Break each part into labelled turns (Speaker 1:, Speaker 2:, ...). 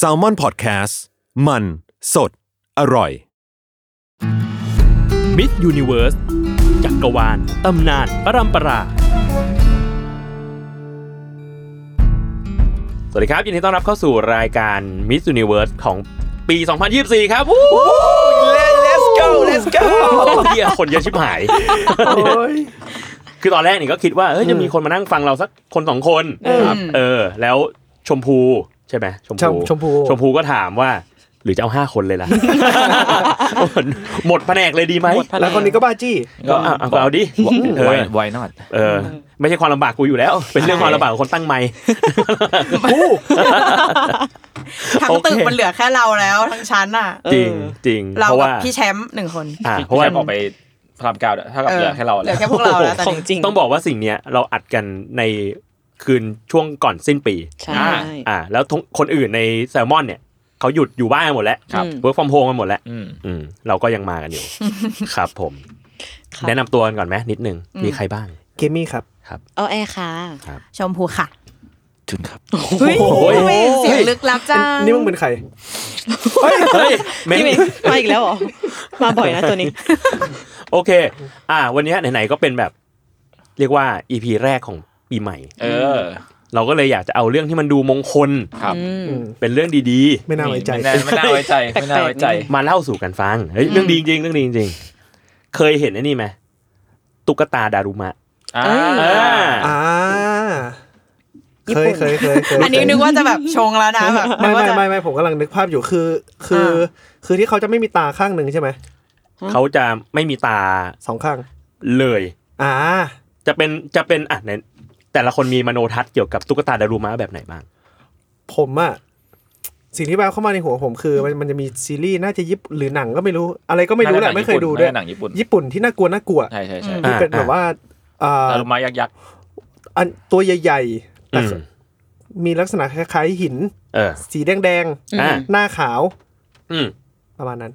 Speaker 1: s a l m o n PODCAST มัน สด อร่อย
Speaker 2: มิสยูนิเวิร์สจักรวาล ตำนาน ปรัมปรา สวัสดีครับ ยินดีต้อนรับเข้าสู่รายการมิสยูนิเวิร์สของปี 2024 ครับวู้
Speaker 3: let's go let's go
Speaker 2: เฮียคนเยอะชิบหาย คือตอนแรกนี่ก็คิดว่าเอ้ยจะมีคนมานั่งฟังเราสักคนสองคนครับเออ แล้วชมพูใช่ไหมชม
Speaker 3: ช
Speaker 2: พู
Speaker 3: มชมพู
Speaker 2: ชมพูก็ถามว่า หรือจะเอาห้าคนเลยล่ะ หมดแผนกเลยดีไหม
Speaker 3: แล้วคนนี้ก็บ้าจี้
Speaker 2: ก็เอาเอาเอาดิ เออ
Speaker 4: วายนอต
Speaker 2: เออไม่ใช่ความลำบากกูอยู่แล้ว เป็นเรื่องความลำบากของคนตั้งไมค์
Speaker 5: ทั้ง
Speaker 2: โอเค
Speaker 5: ตึกมันเหลือแค่เราแล้วทั้งชั้นอ่ะ
Speaker 2: จริงจริง
Speaker 5: เรา
Speaker 2: เพราะ
Speaker 5: กับ
Speaker 2: ว่า
Speaker 5: พี่แชมป์หนึ่งคน
Speaker 2: อ่าเพ
Speaker 4: เพราะ
Speaker 2: ราะ
Speaker 4: ว่า
Speaker 2: ว่า
Speaker 4: ออกไปพารามเก้าถ้ากับเหลือแค่เรา
Speaker 5: เหลื
Speaker 4: แล้
Speaker 5: อ
Speaker 4: ว
Speaker 5: แค่พวกเราแล้วตอน
Speaker 6: ของ
Speaker 5: นี้
Speaker 6: จริง
Speaker 2: ต้องบอกว่าสิ่งเนี้ยเราอัดกันในคืนช่วงก่อนสิ้นปี
Speaker 6: ใช่
Speaker 2: อ่า แล้วทุกคนอื่นในแซลมอนเนี่ยเขาหยุดอยู่บ้านกันหมดแล้ว
Speaker 6: ครับ
Speaker 2: เวิร์กฟอร์มโฮมกันหมดแล้ว
Speaker 4: อืม
Speaker 2: อืมเราก็ยังมากันอยู่ ครับผม
Speaker 6: ครับ
Speaker 2: แนะนำตัวกันก่อนไหมนิดนึง มีใครบ้าง
Speaker 3: เกมมี่ครับ
Speaker 6: เอาแอร์ค่ะ
Speaker 5: ชมพูค่ะ
Speaker 4: จุนครับ
Speaker 5: เฮ้ย
Speaker 2: ย
Speaker 5: ทำไมเสียงลึกลับจ้า
Speaker 3: นี่มึงเป็นใคร
Speaker 2: เฮ้ยเม
Speaker 6: พี่เมย์มาอีกแล้วเหรอ มาบ่อยนะตัวนี้
Speaker 2: โอเค อ่า วันเนี้ยไหนๆก็เป็นแบบ เรียกว่าอีพีแรกของปีใหม่
Speaker 4: เออ
Speaker 2: เราก็เลยอยากจะเอาเรื่องที่มันดูมงคล
Speaker 4: ครับ
Speaker 2: เป็นเรื่องดี
Speaker 3: ไม่น่าไว้ใจ
Speaker 4: ไม่น่าไม่น่าไว้ใจ ไม่น่าไว้ใจ
Speaker 2: ๆ มาเล่าสู่กันฟังเฮ้ยเรื่องดีจริงเรื่องดีจริงเคยเห็นไอ้นี่ไหมตุ๊กตาดารุมะ
Speaker 4: อ่า
Speaker 2: อ่า
Speaker 3: อ่า เคยเคยเคยเคย
Speaker 5: อันนี้นึกว่าจะแบบชงแล้วนะแบบนึ
Speaker 3: ไม่
Speaker 5: กว่า
Speaker 3: ไม่
Speaker 5: จะ
Speaker 3: ไม่ไม่ผมกำลังนึกภาพอยู่คือ คือ
Speaker 5: อ่า
Speaker 3: คือที่เขาจะไม่มีตาข้างหนึ่งใช่ไหม
Speaker 2: เขาจะไม่มีตา
Speaker 3: สองข้าง
Speaker 2: เลย
Speaker 3: อ่า
Speaker 2: จะเป็นจะเป็นอ่ะไหนแต่ละคนมีมโนทัศน์เกี่ยวกับตุ๊กตาดารุมะแบบไหนบ้าง
Speaker 3: ผมอะสิ่งที่แวบเข้ามาในหัวผมคือมันมันจะมีซีรีส์น่าจะยิปหรือหนังก็ไม่รู้ อะไรก็ไม่รู้แหละไม่เคยดูด้วย
Speaker 4: น่าจะหนังญี่ปุ่น
Speaker 3: ญี่ปุ่นที่น่ากลัวน่ากลัว
Speaker 4: ใช่ใช่ใช่
Speaker 2: อ่า
Speaker 3: ที่เป็นแบบว่าอ่า
Speaker 4: อารุมายักษ์ยักษ์
Speaker 3: อันตัวใหญ่ๆแต่
Speaker 2: อืม
Speaker 3: มีลักษณะคล้ายๆหิน
Speaker 2: เออ
Speaker 3: สีแดง
Speaker 2: อ่า
Speaker 3: ๆ หน้าขาว
Speaker 2: อืม
Speaker 3: ประมาณนั้น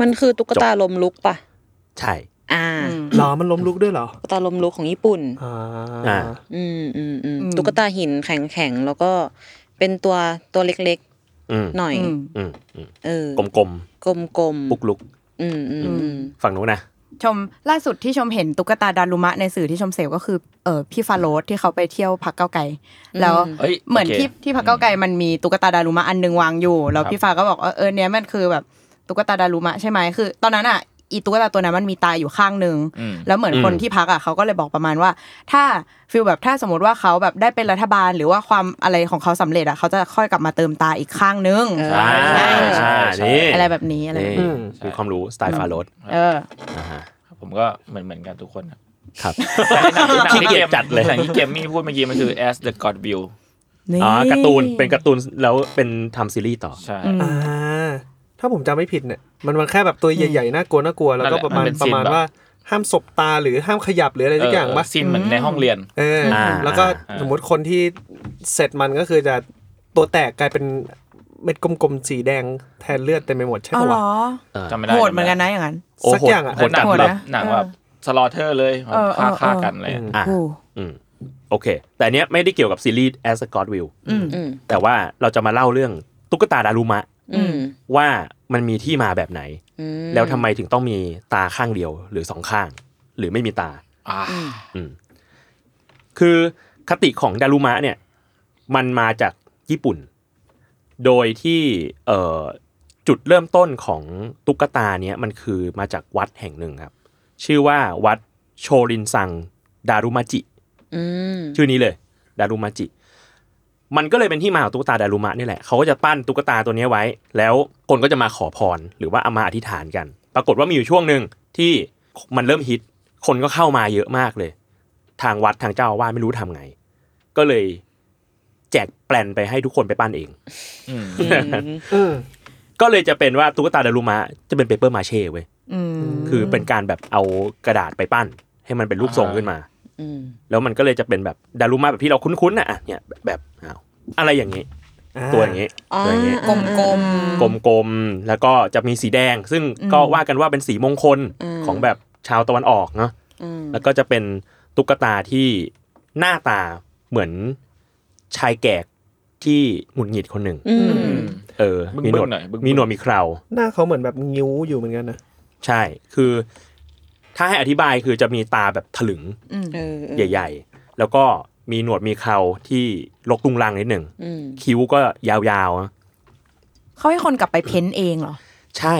Speaker 6: มันคือตุ๊กตาลมลุกปะ
Speaker 2: ใช่
Speaker 6: อ่า
Speaker 5: อืม
Speaker 3: หรอมันล้มลุกด้วยเหรอ
Speaker 6: ตุ๊กตาลมลุกของญี่ปุ่น
Speaker 3: อ่า
Speaker 2: อ่า
Speaker 6: อืมอืมอืม
Speaker 5: อืม
Speaker 6: ตุ๊กตาหินแข็งแข็งๆแล้วก็เป็นตัวตัวเล็ก
Speaker 2: อืม
Speaker 6: ๆ หน่อย
Speaker 5: อืม
Speaker 2: อืมอืม
Speaker 6: เออก
Speaker 2: ลม
Speaker 6: กลมกลม
Speaker 2: ๆ
Speaker 6: ๆ
Speaker 2: ปุกลุก
Speaker 6: อืมอืมอืม
Speaker 2: ฝั่งนู้นนะ
Speaker 5: ชมล่าสุดที่ชมเห็นตุ๊กตาดารุมะในสื่อที่ชมเสพก็คือเออพี่ฟาโรสที่เขาไปเที่ยวพักเก้าไกลแล้ว
Speaker 4: เฮ้ย
Speaker 5: เหมือน
Speaker 4: โค
Speaker 5: ที่ที่พักเก้าไกลมันมีตุ๊กตาดารุมะอันหนึงวางอยู่ แล้วพี่ฟ้าก็บอกว่าเออเนี้ยมันคือแบบตุ๊กตาดารุมะใช่ไหมคือ ตอนนั้นอ่ะอีตุ๊กตาตัวนั้นมันมีตาอยู่ข้างหนึ่ง
Speaker 4: อืม
Speaker 5: แล้วเหมือนคนที่พักอ่ะเขาก็เลยบอกประมาณว่า ถ้าฟิลแบบถ้าสมมติว่าเขาแบบได้เป็นรัฐบาลหรือว่าความอะไรของเขาสำเร็จอ่ะเขาจะค่อยกลับมาเติมตาอีกข้างนึง
Speaker 6: เออ
Speaker 2: ใช่
Speaker 4: ใช่
Speaker 2: ใช่นี่
Speaker 5: อะไรแบบนี้อะไรแบบนี้
Speaker 2: นี่มีความรู้สไตล์ฟาโรส
Speaker 5: เออ
Speaker 2: อ่าฮะ
Speaker 4: ผมก็เหมือนเหมือนกันทุกคนครับ
Speaker 2: ครับ
Speaker 4: แต่ในหนัง
Speaker 2: ขี้เกียจจัดเลย
Speaker 4: หนังที่เกมมี่พูดเมื่อกี้มันคือ as the god view
Speaker 5: นี่
Speaker 2: อ๋อการ์ตูนเป็นการ์ตูนแล้วเป็นทำซีรีส์ต่อ
Speaker 4: ใช่
Speaker 3: อ่า ถ้าผมจำไม่ผิดเนี่ย มันมันแค่แบบตัวใหญ่ๆ น่ากลัวน่ากลัว แล้วก็ประมาณประมาณว่า ห้ามสบตาหรือห้ามขยับหรืออะไรทุกอย่างปะ
Speaker 4: ซีนเหมือนในห้องเรียน
Speaker 3: เออ
Speaker 2: อ่า
Speaker 3: แล้วก็สมมติคนที่เสร็จมันก็คือจะตัวแตกกลายเป็นเม็ดกลมๆ สีแดงแทนเลือดเต็มไปหมดใช่
Speaker 5: เอา
Speaker 3: ปะ
Speaker 5: เหร
Speaker 3: วะ
Speaker 5: อ
Speaker 2: เออ
Speaker 4: จำไม่ได้
Speaker 5: โหดเหมือนกันนะอย่างนั้น
Speaker 2: โอ้
Speaker 3: สัก
Speaker 2: โหด
Speaker 3: อย่างอะ
Speaker 2: โหด
Speaker 4: หนั
Speaker 2: จั
Speaker 4: ง
Speaker 2: ด
Speaker 5: โหด
Speaker 2: แบ
Speaker 4: แบบ บ
Speaker 5: นะ
Speaker 4: หนังแบบสลอเทอร์เลย
Speaker 5: เออเอ
Speaker 4: ฆ่า
Speaker 5: อ
Speaker 4: ฆ่า
Speaker 5: เออ
Speaker 4: กันเลย
Speaker 2: อ่ะ
Speaker 5: โอ้
Speaker 2: อืมโอเค แต่อันเนี้ยไม่ได้เกี่ยวกับซีรีส์ As a God Will
Speaker 5: อืม
Speaker 6: อืม
Speaker 2: แต่ว่าเราจะมาเล่าเรื่องตุ๊กตาดารุมะ
Speaker 6: อืม
Speaker 2: ว่ามันมีที่มาแบบไหน
Speaker 6: อืม
Speaker 2: แล้วทำไมถึงต้องมีตาข้างเดียวหรือสองข้าง หรือไม่มีตา
Speaker 4: อ่า
Speaker 2: อืมคือคติของดารุมะเนี่ย มันมาจากญี่ปุ่น โดยที่เอ่อจุดเริ่มต้นของตุ๊กตาเนี่ยมันคือมาจากวัดแห่งหนึ่งครับ ชื่อว่าวัดโชรินซังดารุมาจิ
Speaker 6: อืม
Speaker 2: ชื่อนี้เลยดารุมาจิ มันก็เลยเป็นที่มาของตุ๊กตาดารุมะนี่แหละ เขาก็จะปั้นตุ๊กตาตัวเนี้ยไว้ แล้วคนก็จะมาขอพรหรือว่าเอามาอธิษฐานกัน ปรากฏว่ามีอยู่ช่วงหนึ่งที่มันเริ่มฮิต คนก็เข้ามาเยอะมากเลย ทางวัดทางเจ้าอาวาสไม่รู้ทำไง ก็เลย แจกแปลนไปให้ทุกคนไปปั้นเอง
Speaker 4: อืม
Speaker 6: อืม
Speaker 3: เออ
Speaker 2: ก็เลยจะเป็นว่าตุ๊กตาดารุมะจะเป็นเปเปอร์มาเช่เว้ย
Speaker 5: อืม
Speaker 2: คือเป็นการแบบเอากระดาษไปปั้น ให้มันเป็นรูปทรงขึ้นมา
Speaker 6: อืม
Speaker 2: แล้วมันก็เลยจะเป็นแบบดารุมะแบบที่เราคุ้นๆน่ะอ่ะเนี่ยแบบอ้าวอะไรอย่างนี้ตัวอย่างนี้
Speaker 6: อ๋อ
Speaker 2: ตัวอย่างนี้
Speaker 5: กลม
Speaker 2: กลมๆ แล้วก็จะมีสีแดง ซึ่งก็
Speaker 5: อืม
Speaker 2: ว่ากันว่าเป็นสีมงคลของแบบชาวตะวันออกเนาะ
Speaker 6: อืม
Speaker 2: แล้วก็จะเป็นตุ๊กตาที่หน้าตาเหมือนชายแก่ที่หงุดหงิดคนหนึ่ง
Speaker 6: อืม
Speaker 4: อืม
Speaker 2: เออ มีหนวด
Speaker 4: บึ้งๆหน่อยบึ้งๆ
Speaker 2: มีหนวดมีเครา
Speaker 3: หน้าเขาเหมือนแบบงิ้วอยู่เหมือนกันนะ
Speaker 2: ใช่ คือ ถ้าให้อธิบายคือจะมีตาแบบถลึง
Speaker 5: ๆอืม
Speaker 6: เออเออ
Speaker 2: ใหญ่ ๆ แล้วก็มีหนวดมีเคราที่ลกตุงลังนิดหนึ่ง
Speaker 6: อืม
Speaker 2: คิ้วก็ยาวๆนะ
Speaker 5: เขาให้คนกลับไปเพ้นเองเหรอ
Speaker 2: ใช่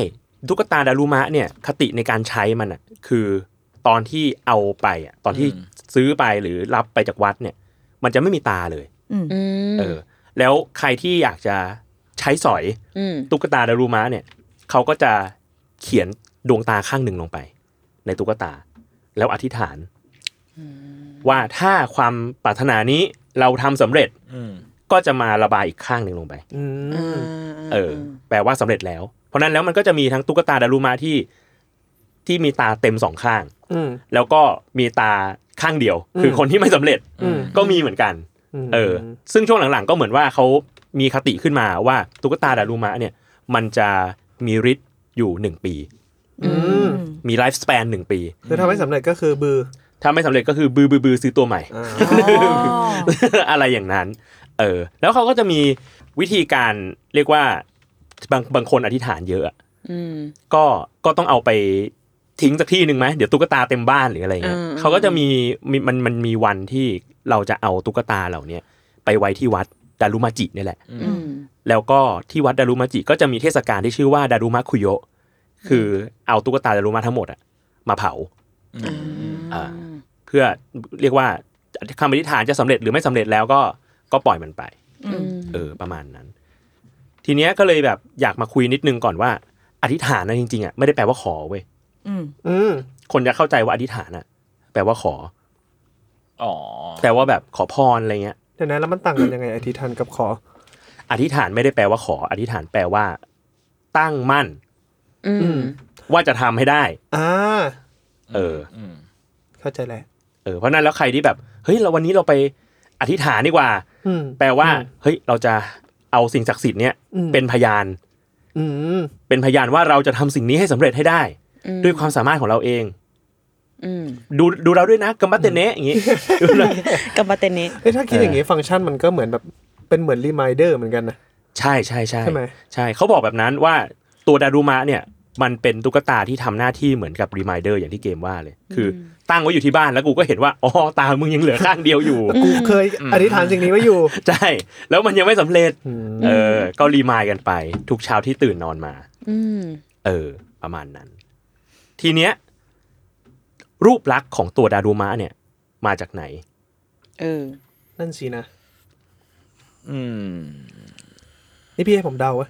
Speaker 2: ตุ๊กตาดารุมะเนี่ยคติในการใช้มันอ่ะคือตอนที่เอาไปอ่ะตอนที่
Speaker 4: อืม
Speaker 2: ซื้อไปหรือรับไปจากวัดเนี่ย มันจะไม่มีตาเลย
Speaker 5: อืม
Speaker 6: อืม
Speaker 2: เออ แล้วใครที่อยากจะใช้สอย
Speaker 6: ม
Speaker 2: ตุ๊กตาดารุมะเนี่ยเขาก็จะเขียนดวงตาข้างหนึ่งลงไป ในตุ๊กตา แล้วอธิษฐาน ว่าถ้าความปรารถนานี้เราทำสำเร็จ
Speaker 4: อืม
Speaker 2: ก็จะมาระบายอีกข้างหนึ่งลงไป
Speaker 3: อื
Speaker 6: อ่าม า
Speaker 2: เอออแปลว่าสำเร็จแล้ว เพราะนั้นแล้วมันก็จะมีทั้งตุ๊กตาดารุมาที่ที่มีตาเต็มสองข้าง
Speaker 3: อืม
Speaker 2: แล้วก็มีตาข้างเดียว
Speaker 3: อืม
Speaker 2: คือคนที่ไม่สำเร็จ
Speaker 3: อืม
Speaker 2: ก็มีเหมือนกัน
Speaker 3: ม
Speaker 2: เออ ซึ่งช่วงหลังๆ ก็เหมือนว่าเขามีคติขึ้นมาว่าตุ๊กตาดารุมะเนี่ยมันจะมีฤทธิ์อยู่หนึ่งปี
Speaker 3: อืม
Speaker 2: มีไลฟ์ส p ปนหนึ่งปี
Speaker 3: คือถ้าไม่สำเร็จก็คือบือ
Speaker 2: ถ้าไม่สำเร็จก็คือบือบือบือซื้อตัวใหม่
Speaker 3: อ่า
Speaker 2: อะไรอย่างนั้น เออ แล้วเขาก็จะมีวิธีการเรียกว่าบางบางคนอธิษฐานเยอะอะ
Speaker 6: อืม
Speaker 2: ก็ก็ต้องเอาไปทิ้งสักที่หนึ่งไหมเดี๋ยวตุ๊กตาเต็มบ้านหรืออะไรเงี้ย
Speaker 6: อืม
Speaker 2: เขาก็จะมีมีมันมันมีวันที่เราจะเอาตุ๊กตาเหล่าเนี้ยไปไว้ที่วัดดารุมาจิเนี่ยแหละ
Speaker 6: อืม
Speaker 2: แล้วก็ที่วัดดารุมาจิก็จะมีเทศกาลที่ชื่อว่าดารุมะคุโยะคือเอาตุ๊กตาดารุมะทั้งหมดอะมาเผา
Speaker 4: อืม
Speaker 2: อ่า เพื่อเรียกว่าคำอธิษฐานจะสำเร็จหรือไม่สำเร็จแล้วก็ก็ปล่อยมันไป
Speaker 6: อืม
Speaker 2: เออประมาณนั้น ทีเนี้ยก็เลยแบบอยากมาคุยนิดนึงก่อนว่า อธิษฐานนะจริงๆอะไม่ได้แปลว่าขอเว้ย
Speaker 5: อืม
Speaker 3: อืม
Speaker 2: คนจะเข้าใจว่าอธิษฐานอะแปลว่าขอ
Speaker 4: อ๋อ
Speaker 2: แปลว่าแบบขอพรอะไรเงี้ย
Speaker 3: เดี๋ยวนะแล้วมันต่างกันยังไงอธิษฐานกับขอ
Speaker 2: อธิษฐานไม่ได้แปลว่าขอ อธิษฐานแปลว่า ตั้งมั่น
Speaker 6: อืม
Speaker 2: ว่าจะทำให้ได้
Speaker 3: อ่า
Speaker 2: เออ
Speaker 4: อืม
Speaker 3: เข้าใจแล้ว
Speaker 2: เออเพราะนั้นแล้วใครที่แบบเฮ้ยเราวันนี้เราไปอธิษฐานดีกว่า
Speaker 3: อืม
Speaker 2: แปลว่า
Speaker 3: อืม
Speaker 2: เฮ้ยเราจะเอาสิ่งศักดิ์สิทธิ์เนี้ย
Speaker 3: อืม
Speaker 2: เป็นพยาน
Speaker 3: อืม
Speaker 2: เป็นพยานว่าเราจะทำสิ่งนี้ให้สำเร็จให้ได้ ด้วยความสามารถของเราเอง
Speaker 6: อืม
Speaker 2: ดูดูเราด้วยนะกัมบัตเตเนะอย่างงี้ดูเรา
Speaker 6: กับมาเตนนี้
Speaker 3: เอ้ยถ้าคิดอย่างงี้ฟังก์ชันมันก็เหมือนแบบเป็นเหมือนรีมายเดอร์เหมือนกันนะ
Speaker 2: ใช่ใช่ใช่
Speaker 3: ใช่ไหม
Speaker 2: ใช่เขาบอกแบบนั้นว่าตัวดารุมะเนี่ยมันเป็นตุ๊กตาที่ทำหน้าที่เหมือนกับรีมายเดอร์อย่างที่เกมว่าเลย คือตั้งไว้อยู่ที่บ้านแล้วกูก็เห็นว่าอ๋อตามึงยังเหลือข้างเดียวอยู่
Speaker 3: กูเคยอธิษฐานสิ่งนี้ไว้อยู่
Speaker 2: ใช่ แล้วมันยังไม่สำเร็จ
Speaker 3: อืม
Speaker 2: เออก็รีมายกันไป ทุกเช้าที่ตื่นนอนมา
Speaker 6: อืม
Speaker 2: เออ ประมาณนั้น ทีเนี้ยรูปลักษณ์ของตัวดารุมะเนี่ย มาจากไหน
Speaker 6: เออ
Speaker 3: นั่นสินะ
Speaker 4: อืม
Speaker 3: นี่พี่ให้ผมเดาวะ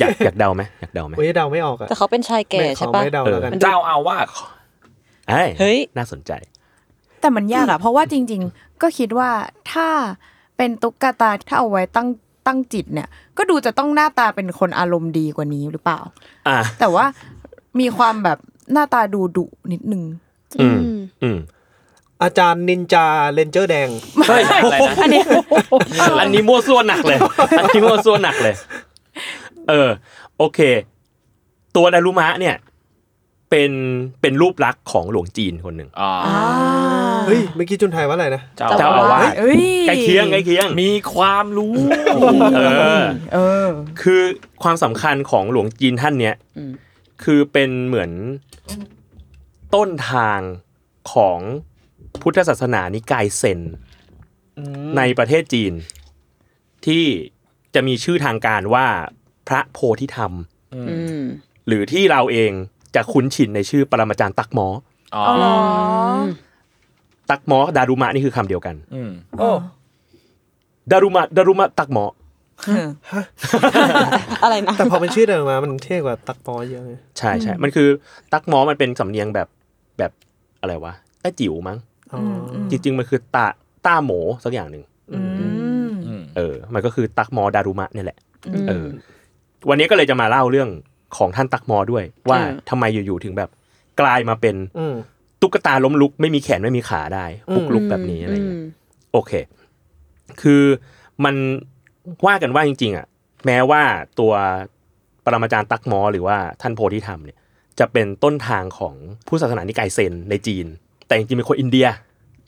Speaker 2: อยากอยากเดาไหมอยากเดาไหม
Speaker 3: เว้ยเดาไม่ออกอะ
Speaker 6: แต่เขาเป็นชายแก่
Speaker 3: ไม่ขอ
Speaker 6: ใช่ปะ
Speaker 3: ไม่เดาแล้วกัน
Speaker 4: เจ้าเอาว่าส
Speaker 2: เอ้ย
Speaker 6: เฮ้ย
Speaker 2: น่าสนใจ
Speaker 5: แต่มันยากอะเพราะว่าจริง ๆ ก็คิดว่าถ้าเป็นตุ๊กตาถ้าเอาไว้ตั้งตั้งจิตเนี่ย ก็ดูจะต้องหน้าตาเป็นคนอารมณ์ดีกว่านี้หรือเปล่า
Speaker 2: อ่ะ
Speaker 5: แต่ว่ามีความแบบหน้าตาดูดุนิดนึง
Speaker 2: อืมอืม
Speaker 3: อาจารย์นินจาเลนเจอร์แดง
Speaker 4: เฮ้ยอะไรนะ
Speaker 5: อันเนี้ย
Speaker 2: อันนี้มั่วซั่วหนัก เลย อันนี้มั่วซั่วหนักเลย เออ โอเค ตัวดารุมะเนี่ย เป็นเป็นรูปลักษณ์ของหลวงจีนคนหนึ่ง
Speaker 4: อ๋อ
Speaker 3: เฮ้ยเมื่อกี้จุนไทยว่าอะไรนะ
Speaker 4: เจ้า
Speaker 2: เจ้า
Speaker 4: เอาว่าว
Speaker 2: อาา
Speaker 4: ส
Speaker 2: สใกล้เคียงใกล้เคียง
Speaker 4: มีความรู้
Speaker 2: เออ
Speaker 5: เออ
Speaker 2: คือความสำคัญของหลวงจีนท่านเนี้ย
Speaker 6: อืม
Speaker 2: คือเป็นเหมือนต้นทางของพุทธศาสนานิกายเซนในประเทศจีน ที่จะมีชื่อทางการว่าพระโพธิธรรม
Speaker 6: อืม
Speaker 2: หรือที่เราเองจะคุ้นชินในชื่อปรมาจารย์ตักหมอ
Speaker 4: อ๋อ
Speaker 2: ตักหมอดารุมะนี่คือคำเดียวกัน
Speaker 4: อืม
Speaker 3: โอ้
Speaker 2: ดารุมะดารุมะตักหมอ
Speaker 6: อะไรนะ
Speaker 3: แต่พอเป็นชื่อเดิมมามันเท่กว่าตักปอเยอะเลย
Speaker 2: ใช่ใช่มันคือตักหมอมันเป็นสำเนียงแบบแบบอะไรวะแต้จิ๋วมั้ง
Speaker 3: อ๋อ
Speaker 5: ม
Speaker 2: จริงๆ มันคือตาต้าหมสักอย่างหนึ่ง
Speaker 4: อืม
Speaker 2: เออ มันก็คือตักมอดารุมะเนี่ยแหละ
Speaker 6: อืม
Speaker 2: เออ วันนี้ก็เลยจะมาเล่าเรื่องของท่านตักมอด้วย ว่า
Speaker 6: อ่า
Speaker 2: ทำไมอยู่ๆถึงแบบ กลายมาเป็น
Speaker 3: อืม
Speaker 2: ตุ๊กตาล้มลุก ไม่มีแขนไม่มีขาได้ปุกลุกแบบนี้อะไรอย่างเงี้ย โอเค คือมันว่ากันว่าจริง ๆ อ่ะ แม้ว่าตัวปรมาจารย์ตักมอ หรือว่าท่านโพธิธรรมเนี่ย จะเป็นต้นทางของผู้ศาสนานิกายเซนในจีน แต่จริงๆเป็นคนอินเดีย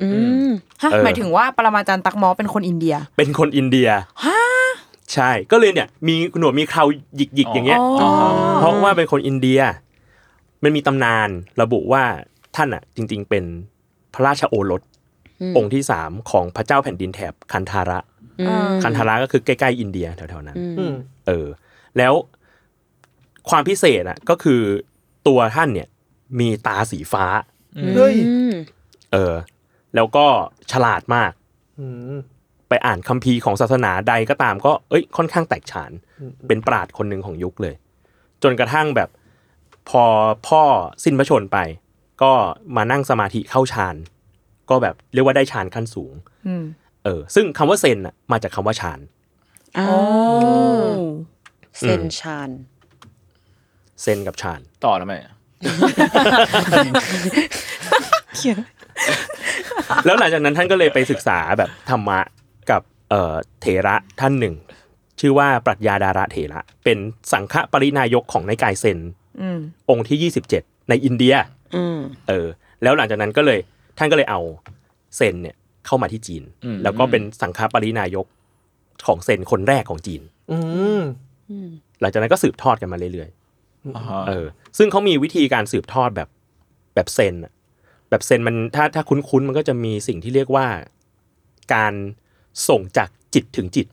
Speaker 6: อืม
Speaker 5: ฮะ
Speaker 2: เออ
Speaker 5: หมายถึงว่าปรมาจารย์ตักมอเป็นคนอินเดีย
Speaker 2: เป็นคนอินเดีย
Speaker 5: ฮะ
Speaker 2: ใช่ ก็เลยเนี่ย มีหนวดมีเคราหยิกๆ อย่างเงี้ย
Speaker 5: อ๋อ
Speaker 2: เพราะว่าเป็นคนอินเดีย มันมีตำนานระบุว่าท่านอ่ะ จริง ๆ เป็นพระราชโอรส
Speaker 6: อืม
Speaker 2: องค์ที่สามของพระเจ้าแผ่นดินแถบคันธาระ
Speaker 6: อืม
Speaker 2: คันธาระก็คือใกล้ๆอินเดียแถวๆนั้น
Speaker 6: อืม
Speaker 3: อืม
Speaker 2: เออแล้วความพิเศษอ่ะก็คือตัวท่านเนี่ยมีตาสีฟ้า
Speaker 3: เฮ้ย
Speaker 6: อืม
Speaker 2: เออ แล้วก็ฉลาดมาก
Speaker 3: อืม
Speaker 2: ไปอ่านคัมภีร์ของศาสนาใดก็ตามก็เอ้ยค่อนข้างแตกฉาน
Speaker 3: อืม
Speaker 2: เป็นปราดคนหนึ่งของยุคเลย จนกระทั่งแบบพอพ่อสิ้นพระชนม์ไป ก็มานั่งสมาธิเข้าฌานก็แบบเรียกว่าได้ฌานขั้นสูง
Speaker 5: อืม
Speaker 2: เออ ซึ่งคำว่าเซนอ่ะมาจากคำว่าฌาน
Speaker 6: อ้า
Speaker 5: โอ้
Speaker 6: วเซน
Speaker 2: อืม
Speaker 6: ชาน
Speaker 2: เซนกับฌาน
Speaker 4: ต่อทำไม
Speaker 2: แล้วหลังจากนั้นท่านก็เลยไปศึกษาแบบธรรมะกับเอ่อเถระท่านหนึ่ง ชื่อว่าปรัชญาดาระเถระ เป็นสังฆปรินายกของในายกายเซน
Speaker 5: อืม
Speaker 2: องค์ที่ 27 ในอินเดีย
Speaker 6: อืม
Speaker 2: เออแล้วหลังจากนั้นก็เลยท่านก็เลยเอาเซนเนี่ยเข้ามาที่จีน แล้วก็เป็นสังฆปรินายกของเซนคนแรกของจีน
Speaker 3: อืม
Speaker 6: อืม
Speaker 2: หลังจากนั้นก็สืบทอดกันมาเรื่อย
Speaker 4: อ๋อ
Speaker 2: ๆเออซึ่งเขามีวิธีการสืบทอดแบบแบบเซนอะแบบเซนมันถ้าถ้าคุ้นๆมันก็จะมีสิ่งที่เรียกว่าการส่งจากจิตถึงจิต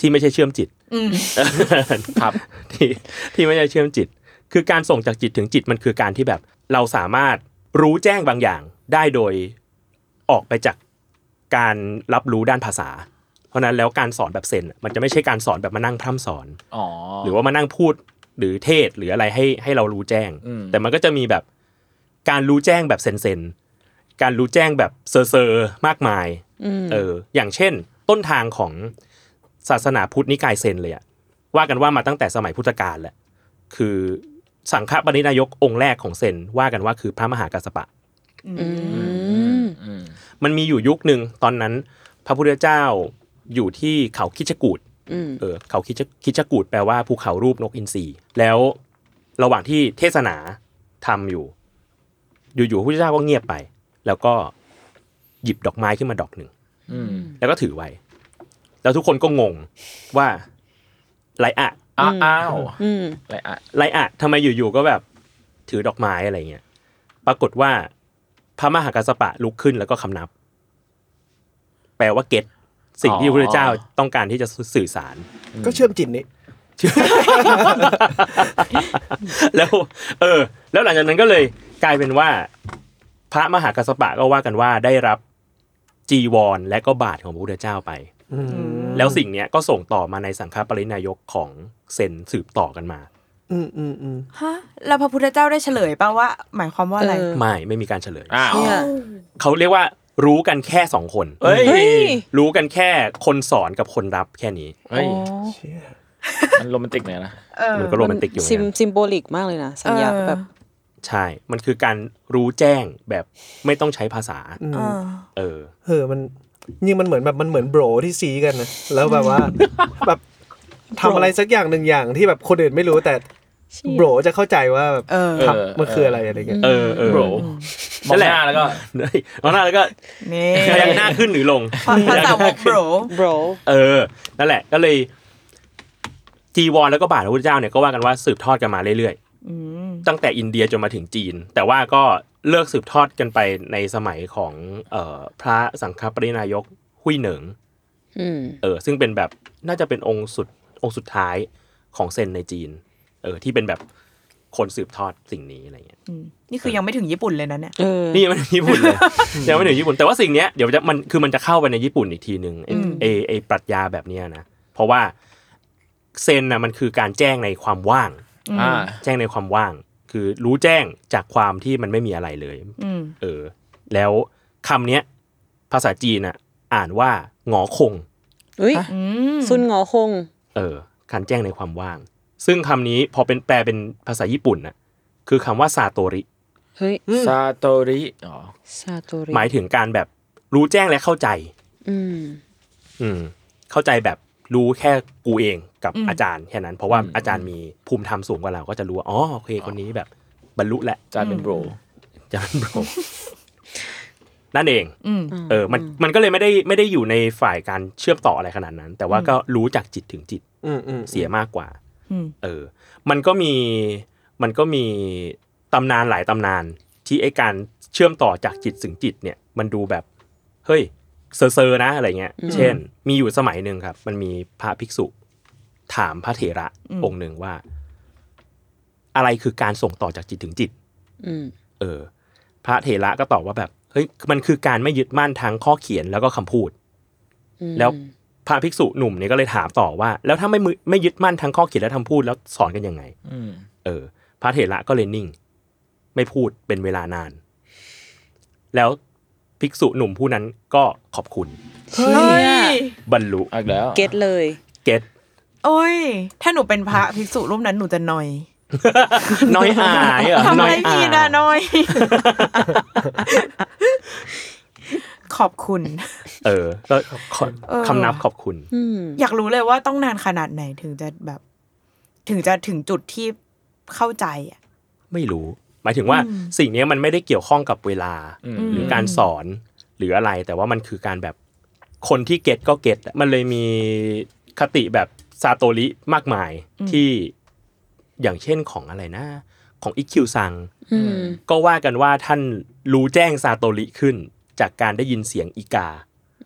Speaker 2: ที่ไม่ใช่เชื่อมจิต
Speaker 5: อืม
Speaker 2: ครับที่ที่ไม่ใช่เชื่อมจิต คือการส่งจากจิตถึงจิตมันคือการที่แบบเราสามารถรู้แจ้งบางอย่างได้โดยออกไปจากการรับรู้ด้านภาษา เพราะฉะนั้นแล้วการสอนแบบเซนอะมันจะไม่ใช่การสอนแบบมานั่งพร่ำสอน
Speaker 4: อ๋อ
Speaker 2: หรือว่ามานั่งพูดหรือเทศหรืออะไรให้ให้เรารู้แจ้ง
Speaker 4: อืม
Speaker 2: แต่มันก็จะมีแบบการรู้แจ้งแบบเซนเซนๆการรู้แจ้งแบบเซอร์เซอร์ๆมากมาย
Speaker 6: อืม
Speaker 2: เออ อย่างเช่น ต้นทางของศาสนาพุทธนิกายเซนเลยอะว่ากันว่ามาตั้งแต่สมัยพุทธกาลแหละคือสังฆปรินายกองค์แรกของเซนว่ากันว่าคือพระมหากัสสปะ
Speaker 6: อืม
Speaker 4: อืม
Speaker 2: มันมีอยู่ยุคหนึ่งตอนนั้น พระพุทธเจ้าอยู่ที่เขาคิชกูด
Speaker 6: อืม
Speaker 2: เออเขาคิดจะคิดจะกูดแปลว่าภูเขารูปนกอินทรีแล้วระหว่างที่เทศนาทำอยู่ อยู่ๆพระเจ้าก็เงียบไป แล้วก็หยิบดอกไม้ขึ้นมาดอกหนึ่ง
Speaker 4: อืม
Speaker 2: แล้วก็ถือไว้ แล้วทุกคนก็งงว่าไรอะ
Speaker 4: อ้าวอ้าว
Speaker 6: อืม
Speaker 4: อะไรอ่ะ
Speaker 2: ไรอะทำไมอยู่ๆก็แบบถือดอกไม้อะไรเงี้ยปรากฏว่าพระมหากัสสปะลุกขึ้นแล้วก็คำนับ แปลว่าเก็ตสิ่งที่พระเจ้าต้องการที่จะสื่อสาร
Speaker 3: ก็เชื่อมจิตนี่
Speaker 2: แล้วเออ แล้วหลังจากนั้นก็เลยกลายเป็นว่า พระมหากัสสปะก็ว่ากันว่าได้รับจีวรและก็บาทของพระพุทธเจ้าไป
Speaker 3: อืม
Speaker 2: แล้วสิ่งเนี้ยก็ส่งต่อมาในสังฆปรินายกของเซนสืบต่อกันมา
Speaker 3: อืมอืมอืม
Speaker 5: ฮะแล้วพระพุทธเจ้าได้เฉลยป่าว่า หมายความว่าอะไร
Speaker 2: ไม่ไม่มีการเฉลย
Speaker 4: อ้าว
Speaker 6: เนี่ย
Speaker 2: เขาเรียกว่ารู้กันแค่สองคน
Speaker 4: เฮ้ย
Speaker 6: เฮ้ย
Speaker 2: รู้กันแค่คนสอนกับคนรับแค่นี้
Speaker 4: เฮ้ย
Speaker 3: เชี่ย
Speaker 4: มันโรแมนติกเนี่ยนะ
Speaker 5: เออ
Speaker 2: มันก็โรแมนติกอยู่เหมือน
Speaker 6: ซิม
Speaker 2: กัน
Speaker 6: ซิมโบลิกมากเลยนะสัญญา
Speaker 5: เออ
Speaker 6: แบบ
Speaker 2: ใช่ มันคือการรู้แจ้งแบบไม่ต้องใช้ภาษา
Speaker 3: อืม
Speaker 5: เออ
Speaker 2: เออ
Speaker 3: เออมันยิ่งมันเหมือนแบบมันเหมือนโบรที่ซีกันนะแล้วแบบว่า แบบทำอะไรสักอย่างหนึ่งอย่างที่แบบคนอื่นไม่รู้แต่โบรจะเข้าใจว่าแบบ
Speaker 5: เออ
Speaker 4: เออ
Speaker 3: มันคืออะไรอะไรเงี้ย
Speaker 2: เออเออ
Speaker 4: โบรมอง
Speaker 2: นั่น
Speaker 4: ห
Speaker 2: แหละ
Speaker 4: น้าแล้วก็
Speaker 2: เฮ้ยเอาหน้าแล้วก็
Speaker 5: นี่
Speaker 2: พยักหน้าขึ้นหรือลง
Speaker 5: ภาษาวกโบร
Speaker 6: bro
Speaker 2: เออ นั่นแหละ ก็เลยจีวรแล้วก็บาทพระพุทธเจ้าเนี่ยก็ว่ากันว่าสืบทอดกันมาเรื่อย
Speaker 5: อืม
Speaker 2: ๆ ตั้งแต่อินเดียจนมาถึงจีน แต่ว่าก็เลิกสืบทอดกันไปในสมัยของเอ่อพระสังฆปรินายกหุยเหนิง
Speaker 6: อืม
Speaker 2: เออ ซึ่งเป็นแบบน่าจะเป็นองค์สุดองค์สุดท้ายของเซนในจีน เออ ที่เป็นแบบคนสืบทอดสิ่งนี้อะไรเงี้ย
Speaker 5: อืมนี่คือยังไม่ถึงญี่ปุ่นเลยนะเนี่ย
Speaker 6: เออ
Speaker 2: นี่ยังไม่ถึงญี่ปุ่นเลย ยังไม่ถึงญี่ปุ่น แต่ว่าสิ่งเนี้ยเดี๋ยวจะมันคือมันจะเข้าไปในญี่ปุ่นอีกทีหนึ่งไอ้
Speaker 5: อืม
Speaker 2: ไอไอปรัชญาแบบเนี้ยนะ เพราะว่าเซนนะมันคือการแจ้งในความว่าง
Speaker 5: อืม
Speaker 4: อ่า
Speaker 2: แจ้งในความว่าง คือรู้แจ้งจากความที่มันไม่มีอะไรเลย
Speaker 5: อืม
Speaker 2: เออ แล้วคำเนี้ยภาษาจีนอ่ะอ่านว่าหงอคง
Speaker 6: อุ้ย
Speaker 5: อืม
Speaker 6: ซุนหงอคง
Speaker 2: เออ การแจ้งในความว่าง ซึ่งคำนี้พอเป็นแปลเป็นภาษาญี่ปุ่นน่ะคือคำว่าซาโตริ
Speaker 6: เฮ้ย
Speaker 4: ซาโตริอ๋อ
Speaker 6: ซาโตริ
Speaker 2: หมายถึงการแบบรู้แจ้งและเข้าใจ
Speaker 6: อืม
Speaker 2: อืม เข้าใจแบบรู้แค่กูเองกับอาจารย์แค่นั้น เพราะว่าอาจารย์มีภูมิธรรมสูงกว่าเราก็จะรู้ว่าอ๋อโอเคคนนี้แบบบรรลุแหละ
Speaker 4: จานเป็นโบร
Speaker 2: อาจ ารย์โปรนั่นเอง
Speaker 5: อืม
Speaker 2: เออ มัน มันก็เลยไม่ได้ ไม่ได้อยู่ในฝ่ายการเชื่อมต่ออะไรขนาดนั้น แต่ว่าก็รู้จากจิตถึงจิต
Speaker 3: อืมอืม
Speaker 2: เสียมากกว่า
Speaker 5: อืม
Speaker 2: เออ มันก็มี มันก็มีตำนานหลายตำนาน ที่ไอการเชื่อมต่อจากจิตถึงจิตเนี่ย มันดูแบบ เฮ้ย เซอร์ๆนะอะไรเงี้ย เช่น มีอยู่สมัยหนึ่งครับ มันมีพระภิกษุ ถามพระเถระ
Speaker 5: อืม
Speaker 2: องค์หนึ่งว่า อะไรคือการส่งต่อจากจิตถึงจิต
Speaker 6: อืม
Speaker 2: เออ พระเถระก็ตอบว่าแบบ เฮ้ย มันคือการไม่ยึดมั่นทางข้อเขียนแล้วก็คำพูด
Speaker 6: อืม
Speaker 2: แล้วพระภิกษุหนุ่มเนี่ยก็เลยถามต่อว่า แล้วถ้าไม่มือไม่ยึดมั่นทางข้อเขียนและคำพูดแล้วสอนกันยังไง
Speaker 4: อืม
Speaker 2: เออ พระเถระก็เลยนิ่ง ไม่พูดเป็นเวลานาน แล้วภิกษุหนุ่มผู้นั้นก็ขอบคุณ
Speaker 6: เฮ้ย
Speaker 2: บรรลุ
Speaker 4: เอาอีกแล้ว
Speaker 6: เก็ตเลย
Speaker 2: เก็ต
Speaker 5: โอ้ย ถ้าหนูเป็นพระภิกษุรูปนั้นหนูจะนอย
Speaker 2: น้อยอายเหรอ
Speaker 5: ทำ
Speaker 2: น้อ
Speaker 5: อะไร
Speaker 2: ยอา
Speaker 5: ผิ
Speaker 2: ย
Speaker 5: ดอะนอย ขอบคุณ
Speaker 2: เออก็ขอคำนับขอบคุณ
Speaker 6: อืม
Speaker 5: อยากรู้เลยว่าต้องนานขนาดไหนถึงจะแบบ ถึงจะถึงจุดที่เข้าใจอ่ะ
Speaker 2: ไม่รู้ หมายถึงว่า
Speaker 5: อืม
Speaker 2: สิ่งเนี้ยมันไม่ได้เกี่ยวข้องกับเวลา
Speaker 4: อืม
Speaker 2: หรือการสอนหรืออะไรแต่ว่ามันคือการแบบคนที่เก็ตก็เก็ตมันเลยมีคติแบบซาโตริมากมายที่อย่างเช่นของอะไรนะ ของอิคิวซัง
Speaker 6: อืม
Speaker 2: ก็ว่ากันว่าท่านรู้แจ้งซาโตริขึ้น จากการได้ยินเสียงอีกา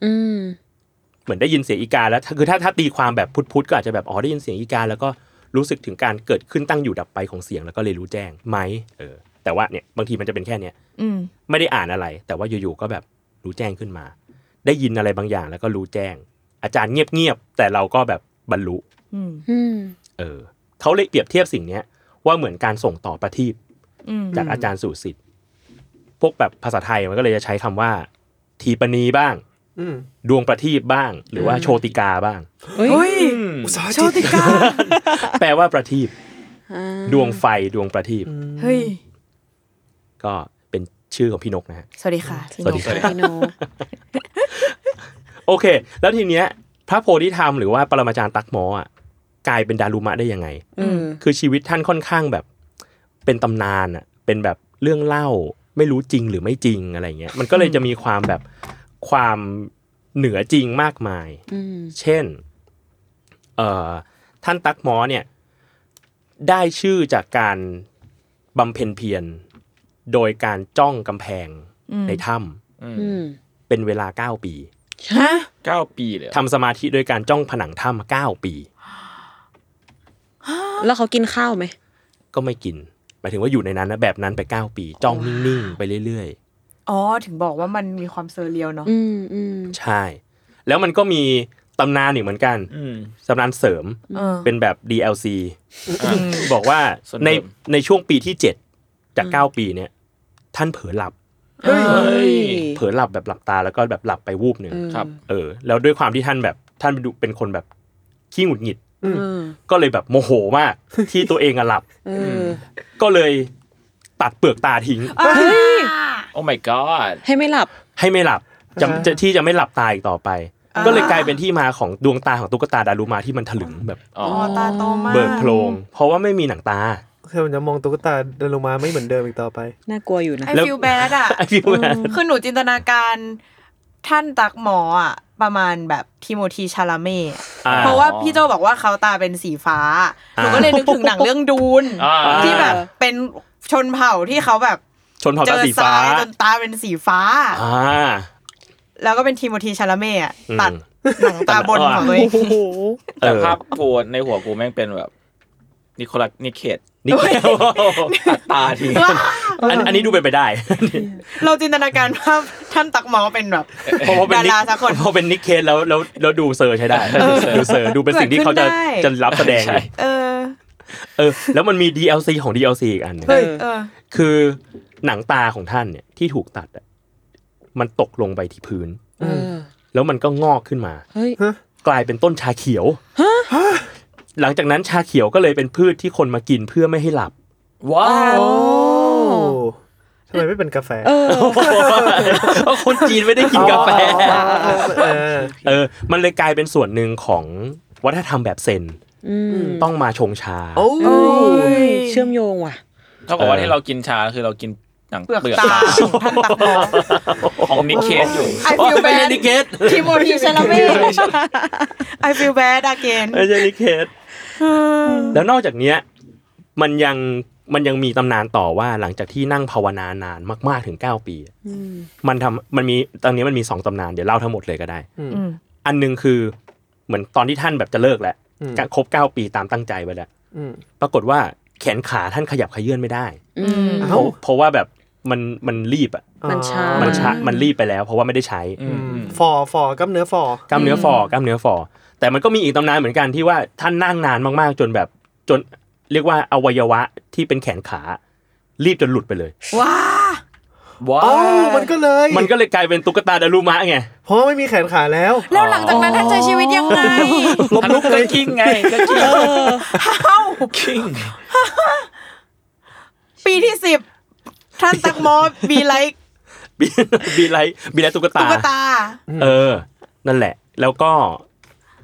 Speaker 6: อืม
Speaker 2: เหมือนได้ยินเสียงอีกาแล้วถ้าคือถ้าถ้าตีความแบบพุทธๆก็อาจจะแบบอ๋อได้ยินเสียงอีกา แล้วก็รู้สึกถึงการเกิดขึ้นตั้งอยู่ดับไปของเสียงแล้วก็เลยรู้แจ้งไหมเออ แต่ว่าเนี่ยบางทีมันจะเป็นแค่เนี้ย
Speaker 5: อืม
Speaker 2: ไม่ได้อ่านอะไร แต่ว่าอยู่ๆก็แบบรู้แจ้งขึ้นมา ได้ยินอะไรบางอย่างแล้วก็รู้แจ้ง อาจารย์เงียบๆแต่เราก็แบบบรรลุ
Speaker 5: อืม
Speaker 6: อืม
Speaker 2: เออเขาเลยเปรียบเทียบสิ่งเนี้ยว่าเหมือนการส่งต่อประทีป
Speaker 5: อืม
Speaker 2: จากอาจารย์สู่ศิษย์พวกแบบภาษาไทยมันก็เลยจะใช้คำว่า ทีปณีบ้าง
Speaker 3: อืม
Speaker 2: ดวงประทีปบ้าง หรือว่าโชติกาบ้าง
Speaker 5: เฮ้ย
Speaker 3: อุตสาห
Speaker 5: โช
Speaker 3: จิต
Speaker 5: ติกา
Speaker 2: แปลว่าประทีป
Speaker 6: อ่า
Speaker 2: ดวงไฟดวงประทีป
Speaker 5: เฮ้ย
Speaker 2: ก็เป็นชื่อของพี่นกนะฮะ
Speaker 5: สวัสดีค่ะ
Speaker 6: พี่
Speaker 2: สวัสดี
Speaker 6: นก
Speaker 2: ครับ
Speaker 6: พี่นก
Speaker 2: โอเค แล้วทีเนี้ย พระโพธิธรรมหรือว่าปรมาจารย์ตักหมออ่ะกลายเป็นดารุมะได้ยังไง
Speaker 6: อืม
Speaker 2: คือชีวิตท่านค่อนข้างแบบเป็นตำนานอะเป็นแบบเรื่องเล่าไม่รู้จริงหรือไม่จริงอะไรเงี้ยมันก็เลยจะมีความแบบความเหนือจริงมากมาย
Speaker 6: อืม
Speaker 2: เช่นเอ่อท่านตักหมอเนี่ยได้ชื่อจากการบำเพ็ญเพียรโดยการจ้องกำแพงในถ้
Speaker 4: อืม
Speaker 6: อืม
Speaker 2: ำเป็นเวลา 9 ปี
Speaker 6: ฮะ
Speaker 4: เก้าปีเลยเหรอ
Speaker 2: ทำสมาธิโดยการจ้องผนังถ้ำ9ปี
Speaker 6: แล้วเขากินข้าวไหม
Speaker 2: ก็ไม่กินหมายถึงว่าอยู่ในนั้นนะแบบนั้นไป 9 ปี จ้องนิ่งๆไปเรื่อย ๆ
Speaker 5: อ๋อ ถึงบอกว่ามันมีความเซอร์เรียลเนาะ
Speaker 6: อืม อืม
Speaker 2: ใช่ แล้วมันก็มีตำนานอีกเหมือนกัน
Speaker 4: อืม
Speaker 2: ตำนานเสริม
Speaker 5: เออ
Speaker 2: เป็นแบบ DLC
Speaker 4: อ่ะ
Speaker 2: บอกว่า
Speaker 4: ส่วน
Speaker 2: ใน
Speaker 4: เดิม
Speaker 2: ในช่วงปีที่ 7 จาก 9 ปีเนี่ย ท่านเผลอหลับ
Speaker 4: เฮ้ยเฮ้ย
Speaker 2: เผลอหลับแบบหลับตาแล้วก็แบบหลับไปวูบหนึ่ง
Speaker 6: เออ
Speaker 4: ครับ
Speaker 2: เออ แล้วด้วยความที่ท่านแบบท่านดูเป็นคนแบบขี้หงุดหงิด
Speaker 6: เออ
Speaker 2: ก็เลยแบบโมโหมาก ที่ตัวเองอะหลับ
Speaker 6: เออ
Speaker 2: ก็เลยตัดเปลือกตาทิ้ง
Speaker 4: โอ้ my god
Speaker 6: ให้ไม่หลับ
Speaker 2: ให้ไม่หลับจะจะที่จะไม่หลับตาอีกต่อไป ก็เลยกลายเป็นที่มาของดวงตาของตุ๊กตาดารุมาที่มันถลึงแบบ
Speaker 4: อ๋อ
Speaker 5: อ๋อ ตาโตมาก
Speaker 2: เบิกโพรงเพราะว่าไม่มีหนังตา
Speaker 3: คือมันจะมองตุ๊กตาเดินลงมาไม่เหมือนเดิมอีกต่อไป
Speaker 6: น่ากลัวอยู่นะ
Speaker 5: ไอ
Speaker 2: แล้ว
Speaker 5: ฟิลแบด อะ
Speaker 2: ไอฟิวแมน
Speaker 5: คือหนูจินตนาการท่านตักหมออ่ะ ประมาณแบบทิโมธีชาลาเม่
Speaker 2: อ่
Speaker 5: เพราะว่าพี่โจบอกว่าเขาตาเป็นสีฟ้า ห
Speaker 2: อ่า
Speaker 5: นูก็เลยนึกถึงหนังเรื่องดูน
Speaker 4: อ่า
Speaker 5: ที่แบบเป็นชนเผ่าที่เขาแบบ
Speaker 2: ชนเผ่า
Speaker 5: เจ
Speaker 2: ตา
Speaker 5: อ
Speaker 2: สี
Speaker 5: ท
Speaker 2: ฟ้าร
Speaker 5: ายจนตาเป็นสีฟ้า
Speaker 2: อ่า
Speaker 5: แล้วก็เป็นทิโมธีชาลาเม่อะ
Speaker 2: อืม
Speaker 5: ตัดหนังตาบนของตัวเอง
Speaker 6: โอ้โห
Speaker 4: แต่ภาพกูในหัวกูแม่งเป็นแบบ นิโคลัสนิเค ต
Speaker 2: นี่
Speaker 4: ตัดตาที
Speaker 2: อันอันนี้ดูเป็นไปได้
Speaker 5: เราจินตนาการภาพท่านตักหมอเป็นแบบ
Speaker 2: เพราะว่าเป็น
Speaker 5: ดาราสักคน
Speaker 2: เพราะเป็นนิกเคสแล้วแล้วแล้วดูเซอร์ใช้ได้ดูเซอร์ดูเป็นสิ่งที่เขาจะ
Speaker 5: เกิดขึ้นได้
Speaker 2: จะรับแสดง
Speaker 4: ใช่
Speaker 5: เออ
Speaker 2: เออแล้วมันมี DLC ของ DLC อีกอันหนึ่ง
Speaker 5: เฮ้ยเออ
Speaker 2: คือหนังตาของท่านเนี่ยที่ถูกตัดอะมันตกลงไปที่พื้น
Speaker 6: เออ
Speaker 2: แล้วมันก็งอกขึ้นมา
Speaker 6: เฮ้ย
Speaker 2: กลายเป็นต้นชาเขียวหลังจากนั้นชาเขียวก็เลยเป็นพืชที่คนมากินเพื่อไม่ให้หลับ
Speaker 4: ว้าว
Speaker 3: โอ้ทำไมไม่เป็นกาแฟ
Speaker 6: เออ
Speaker 2: เพราะคนจีนไม่ได้กินกาแฟ
Speaker 3: เออ
Speaker 2: เออ มันเลยกลายเป็นส่วนหนึ่งของวัฒนธรรมแบบเซน
Speaker 6: อืม
Speaker 2: ต้องมาชงชา
Speaker 3: โอ้
Speaker 5: โอ้ย
Speaker 6: เชื่อมโยงว่ะ
Speaker 4: เขาบอกว่า
Speaker 2: เออ
Speaker 4: ที่เรากินชาคือเรากินหนังเป
Speaker 5: เปลื
Speaker 4: ลือ
Speaker 5: อก
Speaker 4: ก
Speaker 5: ตา
Speaker 4: ตา
Speaker 5: ของท่านตักหมอ
Speaker 4: ของนิกเคสอยู่
Speaker 5: ไอฟิลแบ
Speaker 2: ไม่ใช่
Speaker 5: ด
Speaker 2: นิเกต
Speaker 5: คิโมทีซาลาเม่ ไอฟิลแบดอาเกน
Speaker 2: ไม่ใช่นิเกตแล้วนอกจากเนี้ยมันยังมันยังมีตำนานต่อว่าหลังจากที่นั่งภาวนานานมาก ๆ ถึง 9 ปี มันทำมันมีตอนนี้มันมีสองตำนานเดี๋ยวเล่าทั้งหมดเลยก็ได้ อันหนึงคือเหมือนตอนที่ท่านแบบจะเลิกแล้วครบ 9 ปีตามตั้งใจไว้แล้ว
Speaker 3: อืม
Speaker 2: ปรากฏว่าแขนขาท่านขยับขยื่นไม่ได้
Speaker 6: อืม
Speaker 3: เอ้า
Speaker 2: เพราะว่าแบบมันมันรีบอ่ะ
Speaker 6: มันช้า
Speaker 2: มันชะ
Speaker 6: อืม
Speaker 2: มันรีบไปแล้ว เพราะว่าไม่ได้ใช้
Speaker 4: อืม
Speaker 3: ฟอฟอกล้ามเนื้อฟอก
Speaker 2: ล้ามเนื้อฟอกล้ามเนื้อฟอ แต่มันก็มีอีกตำนานเหมือนกันที่ว่าท่านนั่งนานมากๆ จนแบบจนเรียกว่าอวัยวะที่เป็นแขนขา รีบจนหลุดไปเลย
Speaker 5: ว้า
Speaker 4: ว้า
Speaker 3: เอ้ามันก็เลย
Speaker 2: มันก็เลยกลายเป็นตุ๊กตาดารุมะไง
Speaker 3: เพราะไม่มีแขนขาแล้ว
Speaker 5: แล้วหลังจากนั้นท่านใช้ชีวิตยังไง
Speaker 4: ลบลุกเลยกิ้งไงก็กิ้งกิ้ง
Speaker 5: ปีที่สิบท่านตักหมอบีไลค์
Speaker 2: บีบีไลท์บีไลท์ตุ๊กตา
Speaker 5: ตุ๊กตา
Speaker 2: เออ นั่นแหละ แล้วก็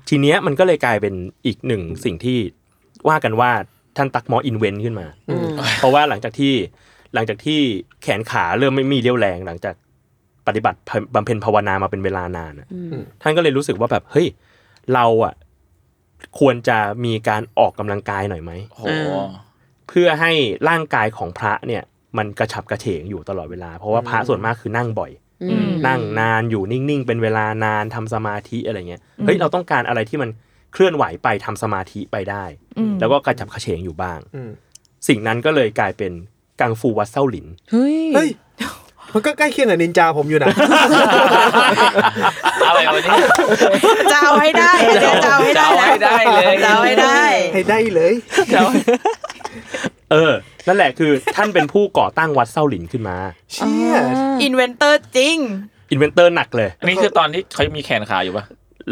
Speaker 2: ทีเนี้ยมันก็เลยกลายเป็นอีกหนึ่งสิ่งที่ว่ากันว่าท่านตักหมออินเวนต์ขึ้น มา
Speaker 3: อืม
Speaker 2: เพราะว่าหลังจากที่หลังจากที่แขนขาเริ่มไม่มีเรี่ยวแรง หลังจากปฏิบัติบำเพ็ญภาวนามาเป็นเวลานานอะท่านก็เลยรู้สึกว่าแบบเฮ้ยเราอ่ะควรจะมีการออกกำลังกายหน่อยไหม
Speaker 4: โห
Speaker 2: เพื่อให้ร่างกายของพระเนี่ยมันกระฉับกระเฉงอยู่ตลอดเวลา เพราะว่าพระส่วนมากคือนั่งบ่อย
Speaker 6: อืม
Speaker 2: นั่งนานอยู่นิ่ง ๆ เป็นเวลานานทำสมาธิอะไรเงี้ยเฮ้ยเราต้องการอะไรที่มันเคลื่อนไหวไปทำสมาธิไปได้
Speaker 5: อืม
Speaker 2: แล้วก็กระจับกระเฉงอยู่บ้าง
Speaker 3: อืม
Speaker 2: สิ่งนั้นก็เลยกลายเป็นกังฟูวัดเส้าหลิน
Speaker 6: เฮ้ย
Speaker 3: เฮ้ยมันก็ใกล้เคียงกับนินจาผมอยู่นะ
Speaker 4: อะไรวะเนี่ย
Speaker 5: จะเอาให้ได้อันเดี๋ยวจะเอาให้ได้
Speaker 4: เจ้า
Speaker 5: นะ
Speaker 4: ให้ได้เลย
Speaker 5: จะเอาให้ได้
Speaker 3: ให้ได้เลย
Speaker 4: เจ้า
Speaker 2: เออ นั่นแหละคือ ท่านเป็นผู้ก่อตั้งวัดเส้าหลินขึ้นมา
Speaker 3: เชี่ย
Speaker 5: อินเวนเตอร์จริง
Speaker 2: อินเวนเตอร์หนักเลย
Speaker 4: อันนี้คือตอนที่เขายังมีแขนขาอยู่ปะ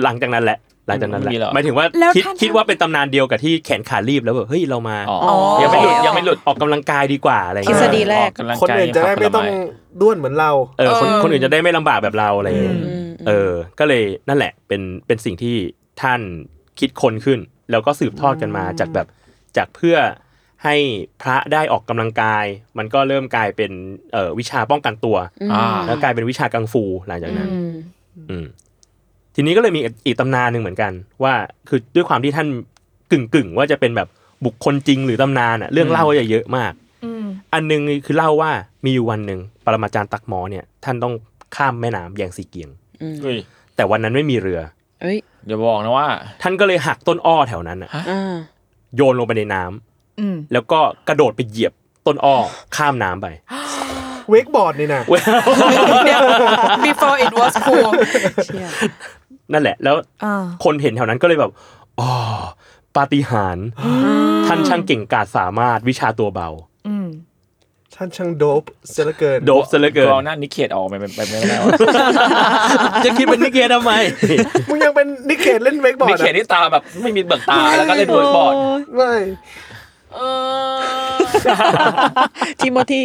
Speaker 2: หลังจากนั้นแหละ หลังจากนั้นแหละ
Speaker 4: มีเหรอ
Speaker 2: หมายถึงว่า
Speaker 5: แล้ว
Speaker 2: คิด
Speaker 5: ท่าน
Speaker 2: คิดว่าเป็นตำนานเดียวกับที่แขนขารีบแล้วแบบเฮ้ยเรามา
Speaker 4: อ๋อ
Speaker 5: อ๋อ
Speaker 4: ยังไม่หลุดยังไม่หลุด
Speaker 2: ออกกำลังกายดีกว่าอะไร
Speaker 6: ทฤ
Speaker 2: เงี้
Speaker 6: ษฎี
Speaker 2: ย
Speaker 6: แรก
Speaker 4: ออำลังาย
Speaker 3: คนอื่นจะได้ไม่ต้องด้วนเหมือนเรา
Speaker 2: เออคน
Speaker 5: เออ
Speaker 2: คนอื่นจะได้ไม่ลำบากแบบเราอะไรเงี้ย
Speaker 6: อืม
Speaker 2: เออ ก็เลยนั่นแหละ เป็นเป็นสิ่งที่ท่านคิดคนขึ้น แล้วก็สืบทอดกันมาจากแบบจากเพื่อให้พระได้ออกกำลังกาย มันก็เริ่มกลายเป็นเอ่อวิชาป้องกันตัว
Speaker 4: อ่า
Speaker 2: แล้วกลายเป็นวิชากังฟูหลังจากนั้น
Speaker 6: อืม
Speaker 2: อืมทีนี้ก็เลยมีอีกตำนานหนึ่งเหมือนกัน ว่าคือด้วยความที่ท่านกึ่งกึ่งๆว่าจะเป็นแบบบุคคลจริงหรือตำนานอะเรื่องเล่าจะเยอะมาก
Speaker 5: อืม
Speaker 2: อันหนึงคือเล่าว่ามีอยู่วันหนึ่งปรมาจารย์ตักหมอเนี่ย ท่านต้องข้ามแม่น้ำแยงสีเกียง
Speaker 6: อืม
Speaker 4: เฮ้ย
Speaker 2: แต่วันนั้นไม่มีเรือ
Speaker 6: เฮ้ย
Speaker 4: อย่าบอกนะว่า
Speaker 2: ท่านก็เลยหักต้นอ้อแถวนั้นน่ะ
Speaker 6: อ่า
Speaker 2: โยนลงไปในน้ำ
Speaker 5: อืม
Speaker 2: แล้วก็กระโดดไปเหยียบต้นอ้อข้ามน้ำไป
Speaker 3: เวกบอร์ดนี่นะ
Speaker 5: เดี๋ยว before it was cool
Speaker 6: เชี่ย
Speaker 2: นั่นแหละ แล้ว
Speaker 5: อ่า
Speaker 2: คนเห็นแถวนั้นก็เลยแบบอ๋อปาฏิหาริย์ท่านช่างเก่งกาจสามารถวิชาตัวเบา
Speaker 5: อืม
Speaker 3: ท่านช่างโดบเสียเหลือเกิน
Speaker 2: โดบซะเหลือเกิน
Speaker 4: เราหน้านิกเคตออกไปไปไปไม่ได้วะ
Speaker 2: จะคิดเป็นนิเกทำไม
Speaker 3: มึงยังเป็นนิเกตเล่นเวกบอ
Speaker 4: นิ
Speaker 3: ร์
Speaker 4: ก
Speaker 3: ด
Speaker 4: เคต
Speaker 3: อ่ะ
Speaker 4: ที่ตาแบบไม่มีเบิกตาแล้วก็เล่นบอร์ดบอร์ด
Speaker 3: ไม่
Speaker 6: ทีโมธี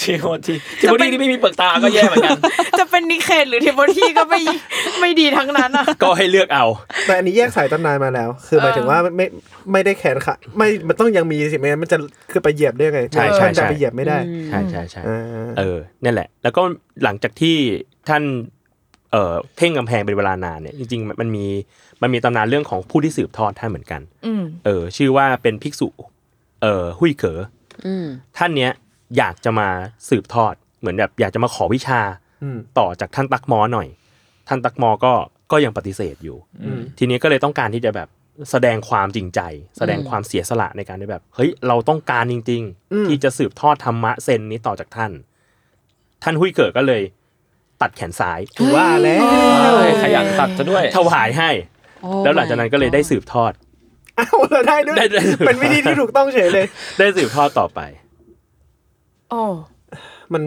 Speaker 4: ทีโมทีทีโมทีที่ไม่มีเบิกตาก็แย่เหมือนกัน
Speaker 5: จะเป็นนิเคตหรือทิโบทีก็ไม่ ไม่ดีทั้งนั้นอ่ะ
Speaker 2: ก็ให้เลือกเอา
Speaker 3: แต่อันนี้แยกสายตำนานมาแล้ว คือหมายถึงว่าไม่ไม่ได้แขนขาไม่มันต้องยังมีสิไม่งั้นมันจะคือไปเหยียบได้ไง
Speaker 2: ใช่ใช่
Speaker 3: ท่านจะ
Speaker 2: ใช่
Speaker 3: ไปเหยียบไม่ได้
Speaker 2: ใช่ใช่ใช่
Speaker 3: อ่า
Speaker 2: เออนั่นแหละ แล้วก็หลังจากที่ท่านเอ่อเพ่งกำแพงเป็นเวลานานเนี่ยจริงๆมันมันมีมันมีตำนานเรื่องของผู้ที่สืบทอดท่านเหมือนกัน
Speaker 5: อืม
Speaker 2: เออชื่อว่าเป็นภิกษุเอ่อหุยเขอ
Speaker 6: อืม
Speaker 2: ท่านเนี้ยอยากจะมาสืบทอดเหมือนแบบอยากจะมาขอวิชา
Speaker 3: อืม
Speaker 2: ต่อจากท่านตักหมอหน่อย ท่านตักหมอก็ก็ยังปฏิเสธอยู่
Speaker 3: อืม
Speaker 2: ทีนี้ก็เลยต้องการที่จะแบบแสดงความจริงใจ แสดงความเสียสละในการที่แบบเฮ้ยเราต้องการจริง ๆ ที่จะสืบทอดธรรมะเซนนี้ต่อจากท่าน ท่านหุยเกิดก็เลย ตัดแขนซ้าย
Speaker 3: ถือว่าแล้ว
Speaker 4: เฮ้ยขยันตัดซะด้วย
Speaker 2: ถวายให้
Speaker 6: โอ้
Speaker 2: แล้วหลังจากนั้นก็เลยได้สืบทอด
Speaker 3: อ้าวเราได้ด้วย
Speaker 2: ได้ได้
Speaker 3: เป็นวิธีที่ถูกต้องเฉยเลย
Speaker 2: ได้สืบทอดต่อไป
Speaker 5: โอ้
Speaker 3: มัน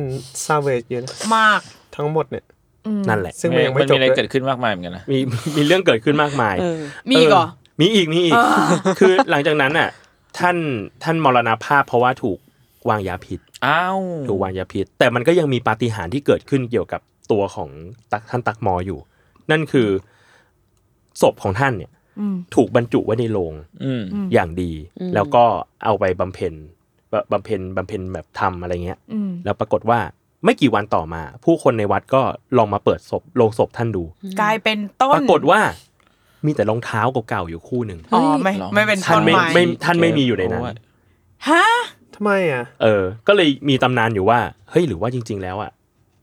Speaker 3: ซาเวจอยู่นะ
Speaker 5: มาก
Speaker 3: ทั้งหมดเนี่ย
Speaker 5: อืม
Speaker 2: นั่นแหละ
Speaker 3: ซึ่งมันยังไม่
Speaker 4: น
Speaker 3: จบ
Speaker 4: มีอะไร
Speaker 3: ด้วย
Speaker 4: เกิดขึ้นมากมายเหมือนกันนะ
Speaker 2: มีมีเรื่องเกิดขึ้นมากมาย
Speaker 6: เออ
Speaker 5: มีอีกเหรอ
Speaker 2: เมีอีกมีอีก
Speaker 5: อ่า
Speaker 2: คือหลังจากนั้นน่ะ ท่านท่านมรณภาพเพราะว่าถูกวางยาพิษ
Speaker 4: อ้าว
Speaker 2: ถูกวางยาพิษ แต่มันก็ยังมีปาฏิหาริย์ที่เกิดขึ้นเกี่ยวกับตัวของตักท่านตักมออยู่ นั่นคือศพของท่านเนี่ย
Speaker 5: อืม
Speaker 2: ถูกบรรจุไว้ในโลง
Speaker 4: อืม
Speaker 5: อืม
Speaker 2: อย่างดี
Speaker 6: อืม
Speaker 2: แล้วก็เอาไปบำเพ็ญบบำเพ็ญบำเพ็ญแบบทำอะไรเงี้ย
Speaker 5: อืม
Speaker 2: แล้วปรากฏว่าไม่กี่วันต่อมา ผู้คนในวัดก็ลองมาเปิดศพโลงศพท่านดู
Speaker 5: กลายเป็นต้น
Speaker 2: ปรากฏว่ามีแต่รองเท้าเก่าๆอยู่คู่หนึ่ง
Speaker 5: อ๋อไม่ไม่เป็น
Speaker 2: ท่า
Speaker 5: ต้
Speaker 2: น
Speaker 5: น
Speaker 2: ไม่
Speaker 5: ไม้
Speaker 2: ไม่ท่านไม่มีอยู่ในนั้น
Speaker 5: ฮะ
Speaker 3: ทำไมอ่ะ
Speaker 2: เออ ก็เลยมีตำนานอยู่ว่า เฮ้ย หรือว่าจริง ๆ แล้วอ่ะ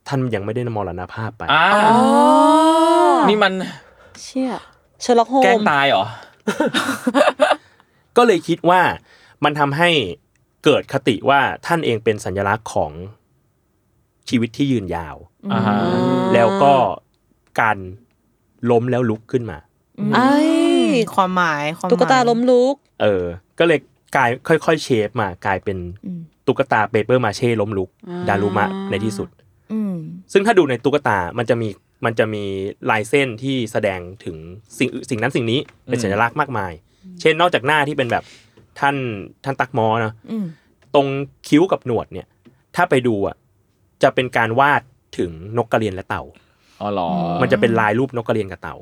Speaker 2: ท่านยังไม่ได้มรณภาพไป
Speaker 4: อ้า
Speaker 5: อ๋อ
Speaker 4: ว นี่มัน
Speaker 6: เชี่ยเชอร์ล็อกโฮ
Speaker 4: แกล้ง
Speaker 6: ม
Speaker 4: ตายเหรอ
Speaker 2: ก็เลยคิดว่ามันทำให้เกิดคติว่าท่านเองเป็นสัญลักษณ์ของชีวิตที่ยืนยาว
Speaker 4: อ่าฮะ
Speaker 6: อ่า
Speaker 2: แล้วก็การล้มแล้วลุกขึ้นมา
Speaker 5: อืม
Speaker 6: ไอ้
Speaker 5: ความหมายความหมย
Speaker 6: ตุ๊กตาล้มลุก
Speaker 2: เออ ก็เลยกลายค่อย ๆ เชฟมากลายเป็น
Speaker 5: อืม
Speaker 2: ตุ๊กตาเปเปอร์มาเช่ล้มลุก
Speaker 6: อ่า
Speaker 2: ดารุมะในที่สุด
Speaker 5: อืม
Speaker 2: ซึ่งถ้าดูในตุ๊กตา มันจะมี มันจะมีลายเส้นที่แสดงถึงสิ่งสิ่งนั้นสิ่งนี้เป็น
Speaker 4: อืม
Speaker 2: สัญลักษณ์มากมาย เช่น นอกจากหน้าที่เป็นแบบท่านท่านตักมอเนอะ
Speaker 5: อืม
Speaker 2: ตรงคิ้วกับหนวดเนี่ย ถ้าไปดูอ่ะ จะเป็นการวาดถึงนกกระเรียนและเต่า
Speaker 4: อ๋อเหรอ
Speaker 2: มันจะเป็นลายรูปนกกระเรียนกับเต่า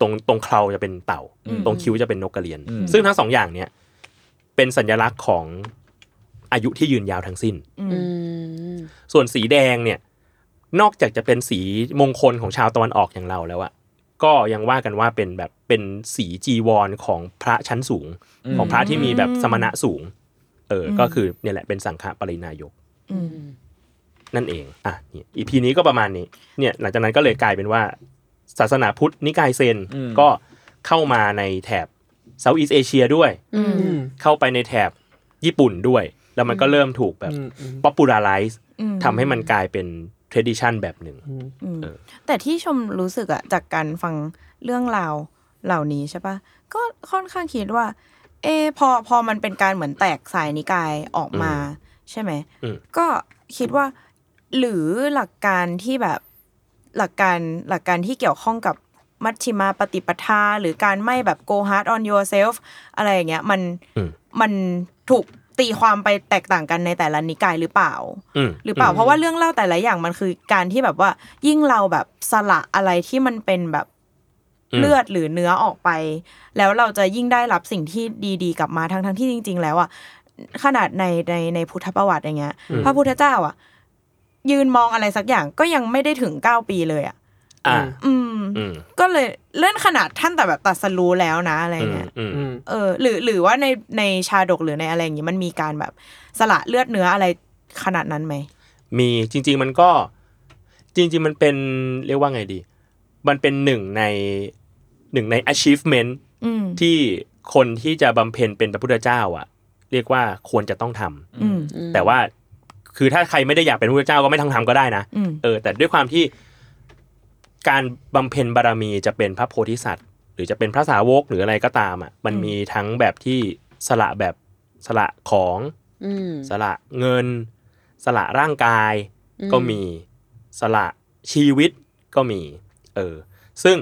Speaker 2: ตรงตรงเคราจะเป็นเต่า
Speaker 4: อืม
Speaker 2: ตรงคิ้วจะเป็นนกกระเรียน
Speaker 4: อืม
Speaker 2: ซึ่งทั้งสองอย่างเนี่ย เป็นสัญลักษณ์ของอายุที่ยืนยาวทั้งสิ้น
Speaker 5: อื
Speaker 6: อื
Speaker 5: ม
Speaker 6: ม
Speaker 2: ส่วนสีแดงเนี่ย นอกจากจะเป็นสีมงคลของชาวตะวันออกอย่างเราแล้วอะก็ยังว่ากันว่าเป็นแบบเป็นสีจีวรของพระชั้นสูง
Speaker 4: อืม
Speaker 2: ของพระที่มีแบบสมณะสูง เอออ
Speaker 5: ม
Speaker 2: ก็คือเนี่ยแหละเป็นสังฆปรินายก
Speaker 5: อืม
Speaker 2: นั่นเองอ่ะนี่อีพีนี้ก็ประมาณนี้เนี่ยหลังจากนั้นก็เลยกลายเป็นว่า ศาสนาพุทธนิกายเซน
Speaker 4: อืม
Speaker 2: ก็เข้ามาในแถบเซาท์อีสเอเชียด้วย
Speaker 6: อืม
Speaker 3: อืม
Speaker 2: เข้าไปในแถบญี่ปุ่นด้วย แล้วมันก็เริ่มถูกแบบ
Speaker 3: อืมอืม
Speaker 2: popularize
Speaker 5: อืม
Speaker 2: ทำให้มันกลายเป็น tradition แบบหนึ่ง
Speaker 3: อืม
Speaker 5: อืม
Speaker 2: เออ
Speaker 5: แต่ที่ชมรู้สึกอะจากการฟังเรื่องราวเหล่านี้ใช่ปะก็ค่อนข้างคิดว่า เอะพอพอมันเป็นการเหมือนแตกสายนิกายออกมา ใช่ไหม
Speaker 2: อืม
Speaker 5: ก็คิดว่า หรือหลักการที่แบบหลักการหลักการที่เกี่ยวข้องกับมัชฌิมาปฏิปทา หรือการไม่แบบ go hard on yourself อะไรอย่างเงี้ยมัน
Speaker 2: อืม
Speaker 5: มันถูกตีความไปแตกต่างกันในแต่ละนิกายหรือเปล่า
Speaker 2: อืม
Speaker 5: หรือเปล่าเพราะว่าเรื่องเล่าแต่ละอย่างมันคือการที่แบบว่า ยิ่งเราแบบสละอะไรที่มันเป็นแบบ
Speaker 2: อืม
Speaker 5: เลือดหรือเนื้อออกไป แล้วเราจะยิ่งได้รับสิ่งที่ดีๆ กลับมาทั้งทั้งๆที่จริง ๆ แล้วอ่ะขนาดในในในพุทธประวัติอย่างเงี้ย พระพุทธเจ้าอ่ะ ยืนมองอะไรสักอย่างก็ยังไม่ได้ถึงเก้าปีเลยอ่ะ
Speaker 2: อ่า
Speaker 5: อืม
Speaker 2: อืม
Speaker 5: ก็เลยเลื่อนขนาดท่านแต่แบบตัดสรู้แล้วนะอะไร
Speaker 2: อืม
Speaker 5: เงี้ย
Speaker 2: อืม
Speaker 3: อืม
Speaker 5: เออหรือหรือว่าในในชาดกหรือในอะไรอย่างงี้มันมีการแบบสละเลือดเนื้ออะไรขนาดนั้นไหม
Speaker 2: มีจริง ๆ มันก็จริง ๆ มันเป็นเรียกว่าไงดี มันเป็นหนึ่งในหนึ่งใน achievement
Speaker 5: อืม
Speaker 2: ที่คนที่จะบำเพ็ญเป็นพระพุทธเจ้าอ่ะ เรียกว่าควรจะต้องทำ
Speaker 5: อืม
Speaker 2: แต่ว่าคือถ้าใครไม่ได้อยากเป็นพระพุทธเจ้าก็ไม่ต้องทำก็ได้นะ
Speaker 5: อืม
Speaker 2: เออแต่ด้วยความที่การบำเพ็ญบารมีจะเป็นพระโพธิสัตว์ หรือจะเป็นพระสาวกหรืออะไรก็ตามอ่ะมัน
Speaker 5: อืม
Speaker 2: มีทั้งแบบที่สละแบบสละของ
Speaker 6: อืม
Speaker 2: สละเงิน สละร่างกาย
Speaker 6: อืม
Speaker 2: ก็มีสละชีวิตก็มีเออซึ่ง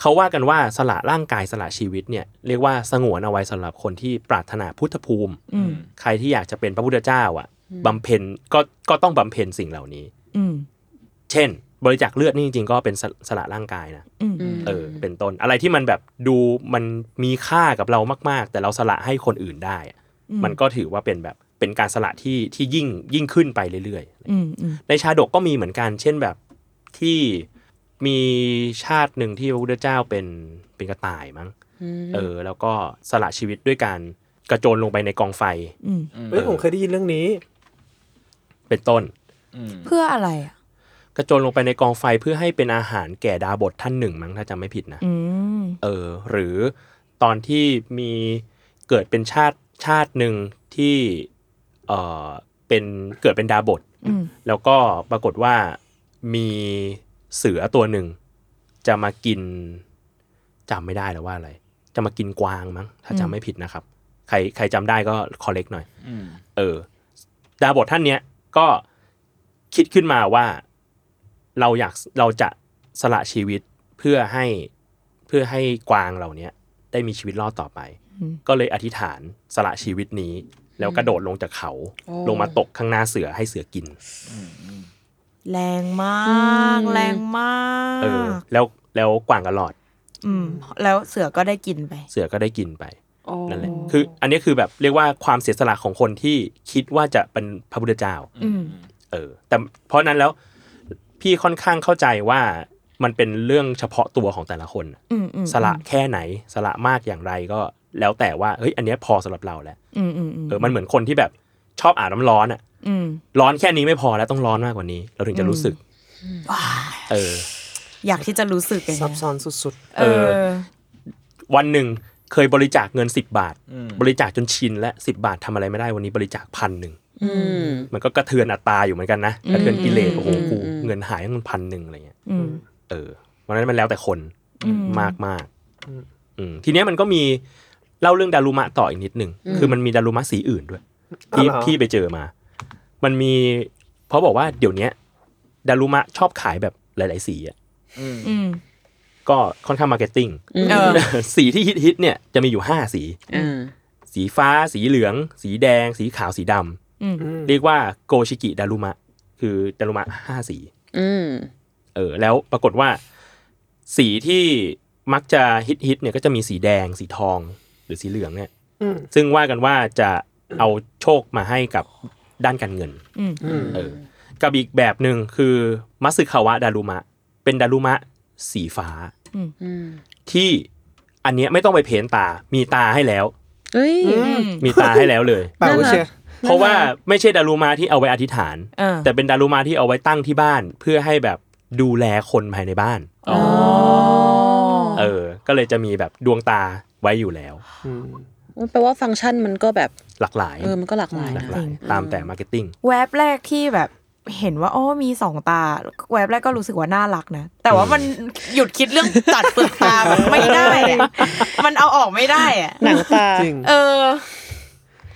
Speaker 2: เขาว่ากันว่าสละร่างกายสละชีวิตเนี่ยเรียกว่าสงวนเอาไว้สำหรับคนที่ปรารถนาพุทธภูมิ
Speaker 5: อืม
Speaker 2: ใครที่อยากจะเป็นพระพุทธเจ้าอ่ะบำเพ็ญก็ก็ต้องบำเพ็ญสิ่งเหล่านี้
Speaker 5: อืม
Speaker 2: เช่น บริจาคเลือดนี่จริงๆก็เป็นสสละร่างกายนะ
Speaker 5: อืม
Speaker 6: ม
Speaker 2: เออเป็นต้นอะไรที่มันแบบดูมันมีค่ากับเรามาก ๆ แต่เราสละให้คนอื่นได้อะ มันก็ถือว่าเป็นแบบเป็นการสละที่ที่ยิ่งยิ่งขึ้นไปเรื่อย
Speaker 5: อืม อืม
Speaker 2: ๆ ในชาดกก็มีเหมือนกัน เช่นแบบที่มีชาติหนึ่งที่พระพุทธเจ้าเป็นเป็นกระต่ายมั้ง
Speaker 6: ม
Speaker 2: เออ แล้วก็สละชีวิตด้วยการกระโจนลงไปในกองไฟ
Speaker 5: อืม
Speaker 3: เฮ้ยผมเคยได้ยินเรื่องนี้
Speaker 2: เป็นต้น
Speaker 4: อืม
Speaker 5: เพื่ออะไรอ่ะ
Speaker 2: กระโจนลงไปในกองไฟเพื่อให้เป็นอาหารแก่ดาบทท่านหนึ่งมั้งถ้าจำไม่ผิดนะ
Speaker 5: อืม
Speaker 2: เออหรือตอนที่มีเกิดเป็นชาติชาติหนึ่งที่เออเป็นเกิดเป็นดาบท
Speaker 5: อืม
Speaker 2: แล้วก็ปรากฏว่ามีเสือตัวหนึ่ง จะมากินจำไม่ได้แล้วว่าอะไร จะมากินกวางมั้งถ้าจำไม่ผิดนะครับ ใครใครจำได้ก็คอเล็กหน่อย
Speaker 4: อืม
Speaker 2: เออดาบทท่านเนี้ยก็คิดขึ้นมาว่า เราอยากเราจะสละชีวิตเพื่อให้เพื่อให้กวางเหล่าเนี้ยได้มีชีวิตรอดต่อไป
Speaker 5: อืม
Speaker 2: ก็เลยอธิษฐานสละชีวิตนี้ แล้วกระโดดลงจากเขา
Speaker 6: โอ้
Speaker 2: ลงมาตกข้างหน้าเสือให้เสือกิน
Speaker 5: แรงมาก
Speaker 6: อืม
Speaker 5: แรงมา
Speaker 2: เออ
Speaker 5: ก
Speaker 2: แล้วแล้วกวางก็รอด
Speaker 5: อืม แล้วเสือก็ได้กินไป
Speaker 2: เสือก็ได้กินไป
Speaker 6: โอ้
Speaker 2: นั่นแหละ คืออันนี้คือแบบเรียกว่าความเสียสละของคนที่คิดว่าจะเป็นพระพุทธเจ้า
Speaker 5: อืม
Speaker 2: เออ แต่เพราะนั้นแล้วพี่ค่อนข้างเข้าใจว่ามันเป็นเรื่องเฉพาะตัวของแต่ละคน
Speaker 5: อืมอืม
Speaker 2: สละแค่ไหน สละมากอย่างไรก็แล้วแต่ว่า เฮ้ย อันเนี้ยพอสำหรับเราแล้ว
Speaker 5: อืมอืมอืม
Speaker 2: เออ มันเหมือนคนที่แบบชอบอาบน้ำร้อนอะ
Speaker 5: อืม
Speaker 2: ร้อนแค่นี้ไม่พอแล้วต้องร้อนมากกว่านี้ เราถึงจะรู้สึก เออ
Speaker 5: อยากที่จะรู้สึกอย่าง
Speaker 3: ซับ
Speaker 5: เงี้ย
Speaker 3: ซ้อนสุด
Speaker 5: เออ
Speaker 2: วันหนึ่งเคยบริจาคเงิน 10 บาท
Speaker 4: อืม
Speaker 2: บริจาคจนชินและ10 บาททำอะไรไม่ได้วันนี้บริจาคพันหนึ่ง
Speaker 6: อืม
Speaker 2: มันก็กระเทือนอัตราอยู่เหมือนกันนะกระเทือนกิเลส
Speaker 6: อืม
Speaker 2: โอ้โหกู
Speaker 6: อืม
Speaker 2: เงินหายตั้งพันหนึ่งอะไรเงี้ย
Speaker 5: อืม
Speaker 2: เออวันนั้นมันแล้วแต่คน
Speaker 5: อืม
Speaker 2: มากมากอืมทีเนี้ยมันก็มีเล่าเรื่องดารุมะต่ออีกนิดหนึ่งคือมันมีดารุมะสีอื่นด้วย
Speaker 3: ๆ
Speaker 2: ที่
Speaker 3: อ๋อเหรอ
Speaker 2: พี่ไปเจอมา มันมีเพราะบอกว่าเดี๋ยวเนี้ยดารุมะชอบขายแบบหลาย ๆ สีอ่ะ
Speaker 5: อืม
Speaker 2: ก็ค่อนข้างมาร์เก็ตติ้ง
Speaker 6: อืม
Speaker 5: เออ
Speaker 2: สีที่ฮิตๆเนี่ยจะมีอยู่ห้าสี
Speaker 6: อ่า
Speaker 2: สีฟ้า สีเหลือง สีแดง สีขาวสีดำ
Speaker 5: อืม
Speaker 3: อืม
Speaker 2: เรียกว่าโกชิกิดารุมะ คือดารุมะห้าสี
Speaker 6: อืม
Speaker 2: เออแล้วปรากฏว่าสีที่มักจะฮิตฮิตๆเนี่ยก็จะมีสีแดงสีทองหรือสีเหลืองเนี่ย
Speaker 3: อืม
Speaker 2: ซึ่งว่ากันว่าจะเอาโชคมาให้กับด้านการเงิน
Speaker 5: อืม
Speaker 3: อืม
Speaker 2: เออกับอีกแบบหนึ่งคือมัสึคาวะดารุมะ เป็นดารุมะสีฟ้า
Speaker 6: อืม
Speaker 2: ที่อันเนี้ยไม่ต้องไปเพ้นตา มีตาให้แล้ว
Speaker 6: เอ้ย
Speaker 2: มีตาให้แล้วเลย
Speaker 3: เปล่า
Speaker 6: น่ารัก
Speaker 3: เชียร์
Speaker 2: เพราะว่าไม่ใช่ดารุมะที่เอาไว้อธิษฐาน
Speaker 5: เออ
Speaker 2: แต่เป็นดารุมะที่เอาไว้ตั้งที่บ้าน เพื่อให้แบบดูแลคนภายในบ้าน
Speaker 5: อ๋อ
Speaker 2: เออ ก็เลยจะมีแบบดวงตาไว้อยู่แล้ว
Speaker 3: อืม
Speaker 6: มันแปลว่าฟังก์ชันมันก็แบบ
Speaker 2: หลากหลาย
Speaker 6: เออ มันก็หลากหลาย
Speaker 2: หลา
Speaker 6: นะ
Speaker 2: กหลาย ตามแต่มาร์เก็ตติ้ง
Speaker 5: แวบแรกที่แบบเห็นว่าอ๋อมีสองตา แวบแรกก็รู้สึกว่าน่ารักนะ แต่ว่ามันหยุดคิดเรื่องตัดเปลือกตามันไม่ได้อะมันเอาออกไม่ได้อะ
Speaker 6: หนังตา
Speaker 3: จริง
Speaker 5: เออ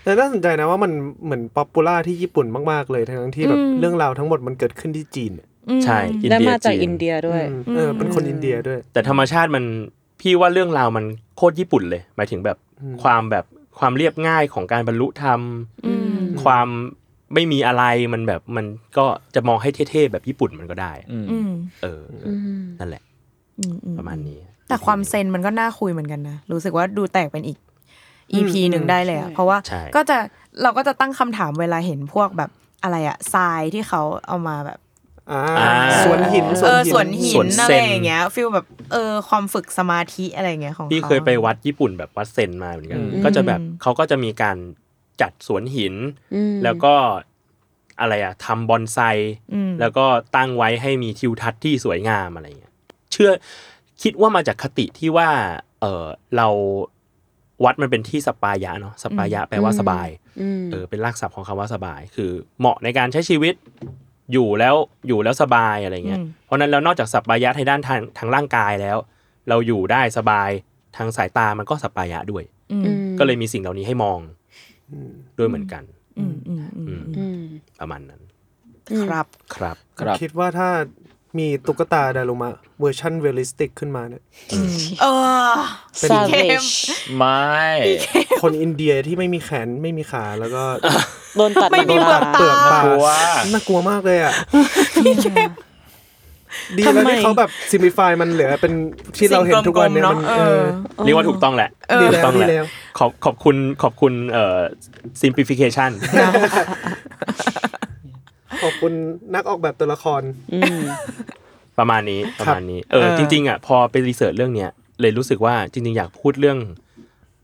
Speaker 3: แต่น่าสนใจนะว่ามันเหมือนป๊อปปูล่าที่ญี่ปุ่นมาก ๆ เลยทั้งที่แบบ
Speaker 5: อืม
Speaker 3: เรื่องราวทั้งหมดมันเกิดขึ้นที่จีนเนี่ย
Speaker 5: อืม
Speaker 2: ใช่
Speaker 6: และมาจากอิน
Speaker 2: นเดียจี
Speaker 6: เดียด้วย
Speaker 3: อืมเออเป็นคนอินเดียด้วย
Speaker 2: นแต่ธรรมชาติมัน พี่ว่าเรื่องราวมันโคตรญี่ปุ่นเลย หมายถึงแบบ
Speaker 3: อืม
Speaker 2: ความแบบความเรียบง่ายของการบรรลุธรรม
Speaker 5: อืม
Speaker 2: ความไม่มีอะไรมันแบบมันก็จะมองให้เท่ๆแบบญี่ปุ่นมันก็ได้
Speaker 4: อืม
Speaker 5: อืม
Speaker 2: เอออ
Speaker 6: อืม
Speaker 2: นั่นแหละ
Speaker 5: อืมอืม
Speaker 2: ประมาณนี้
Speaker 5: แต่ความเซนมันก็น่าคุยเหมือนกันนะ รู้สึกว่าดูแตกเป็นอีก EP
Speaker 3: อืม
Speaker 5: หนึ่งได้เลยอะ
Speaker 6: ใช่
Speaker 5: เพราะว่า
Speaker 2: ใช่
Speaker 5: ก็จะเราก็จะตั้งคำถามเวลาเห็นพวกแบบอะไรอะทรายที่เขาเอามาแบบ
Speaker 3: อ่า
Speaker 2: อ่า
Speaker 3: สวนหิน
Speaker 5: เออสวนหิ
Speaker 2: สวน น
Speaker 5: อะ
Speaker 2: เซน
Speaker 5: ไรอย่างเงี้ยฟิลแบบเออความฝึกสมาธิอะไรอย่างเงี้ยของ
Speaker 2: พี่
Speaker 5: เขา
Speaker 2: เคยไปวัดญี่ปุ่นแบบวัดเซนมาเหมือนกัน
Speaker 4: อืม
Speaker 2: ก็จะแบบเขาก็จะมีการจัดสวนหิน
Speaker 6: อืม
Speaker 2: แล้วก็อะไรอะทำบอนไซ
Speaker 5: อืม
Speaker 2: แล้วก็ตั้งไว้ให้มีทิวทัศน์ที่สวยงามอะไรเงี้ย เชื่อคิดว่ามาจากคติที่ว่า เออเราวัดมันเป็นที่สปายะเนาะสปายะแปลว่าสบาย
Speaker 6: อืม
Speaker 2: เออเป็นรากศัพท์ของคำว่าสบาย คือเหมาะในการใช้ชีวิตอยู่แล้วอยู่แล้วสบายอะไรเงี้ย เพราะฉะนั้นแล้วนอกจากสปายะทางด้านทางทางร่างกายแล้ว เราอยู่ได้สบายทางสายตามันก็สปายะด้วย
Speaker 5: อืม
Speaker 6: อืม
Speaker 2: ก็เลยมีสิ่งเหล่านี้ให้มองด้วยเหมือนกัน
Speaker 5: อืมอืมอืมอืม
Speaker 6: อืม
Speaker 2: ประมาณนั้น
Speaker 6: อืม
Speaker 5: ครับ
Speaker 2: ครับ
Speaker 4: ครับ
Speaker 3: คิดว่าถ้ามีตุ๊กตาดารุมะเวอร์ชันเรียลลิสติกขึ้นมาเนี่ย
Speaker 5: เออ
Speaker 3: เป็น
Speaker 6: Savage
Speaker 4: ไม่
Speaker 3: คนอินเดียที่ไม่มีแขนไม่มีขาแล้วก็
Speaker 6: โดนตัด
Speaker 5: ไม่มี
Speaker 6: โดน
Speaker 5: เปลือก
Speaker 6: ตัด
Speaker 5: ตา
Speaker 3: เปลือกตาก
Speaker 4: ลัว
Speaker 3: น่ากลัวมากเลยอ่ะดีแล้วที่
Speaker 6: ทำไม
Speaker 3: เขาแบบซิมิฟายมันเหลือเป็นที่เราเห็นทุกวันเนี่ย
Speaker 5: สิ่
Speaker 3: มั
Speaker 5: ง
Speaker 3: น
Speaker 5: กลมๆเนอะ
Speaker 3: เอ
Speaker 5: เอ
Speaker 3: อ
Speaker 5: อ
Speaker 2: เรียกว่าถูกต้องแหละ
Speaker 3: เออ
Speaker 2: ถูกต้องแหละ
Speaker 3: ดีแล้ว
Speaker 2: ขอบขอบคุณขอบคุณเอ่อ simplification
Speaker 3: ขอบคุณนักออกแบบตัวละคร
Speaker 6: อืม
Speaker 2: ประมาณนี้ประมาณนี้ เออ
Speaker 5: เออ
Speaker 2: จริง ๆ อ่ะ พอไปรีเสิร์ชเรื่องเนี้ยเลยรู้สึกว่าจริง ๆ อยากพูดเรื่อง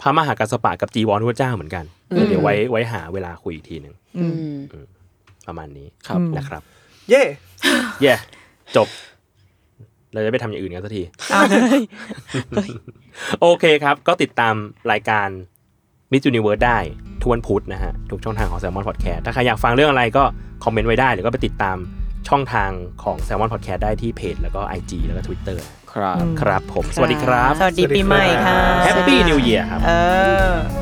Speaker 2: พระมหากัสสปะกับจีวรพระเจ้าเหมือนกัน เดี๋ยวไว้ไว้หาเวลาคุยอีกทีหนึ่ง
Speaker 6: อืม
Speaker 2: ประมาณนี้
Speaker 4: ครับ
Speaker 2: นะครับ
Speaker 3: เย่
Speaker 2: เย่จบ เราจะไปทำอย่างอื่น กันสักที
Speaker 5: เอา
Speaker 2: โอเคครับ ก็ติดตามรายการ Miss Universe ได้ทุกวันพุธนะฮะ ทุกช่องทางของ Salmon Podcast ถ้าใครอยากฟังเรื่องอะไรก็คอมเมนต์ไว้ได้ หรือก็ไปติดตามช่องทางของ Salmon Podcast ได้ที่เพจ แล้วก็ IG แล้วก็ Twitter
Speaker 4: ครับ
Speaker 2: ครับผม สวัสดีครับ
Speaker 5: สวัสดีปีใหม่ค่ะ
Speaker 2: Happy New Year ครับ
Speaker 5: เออ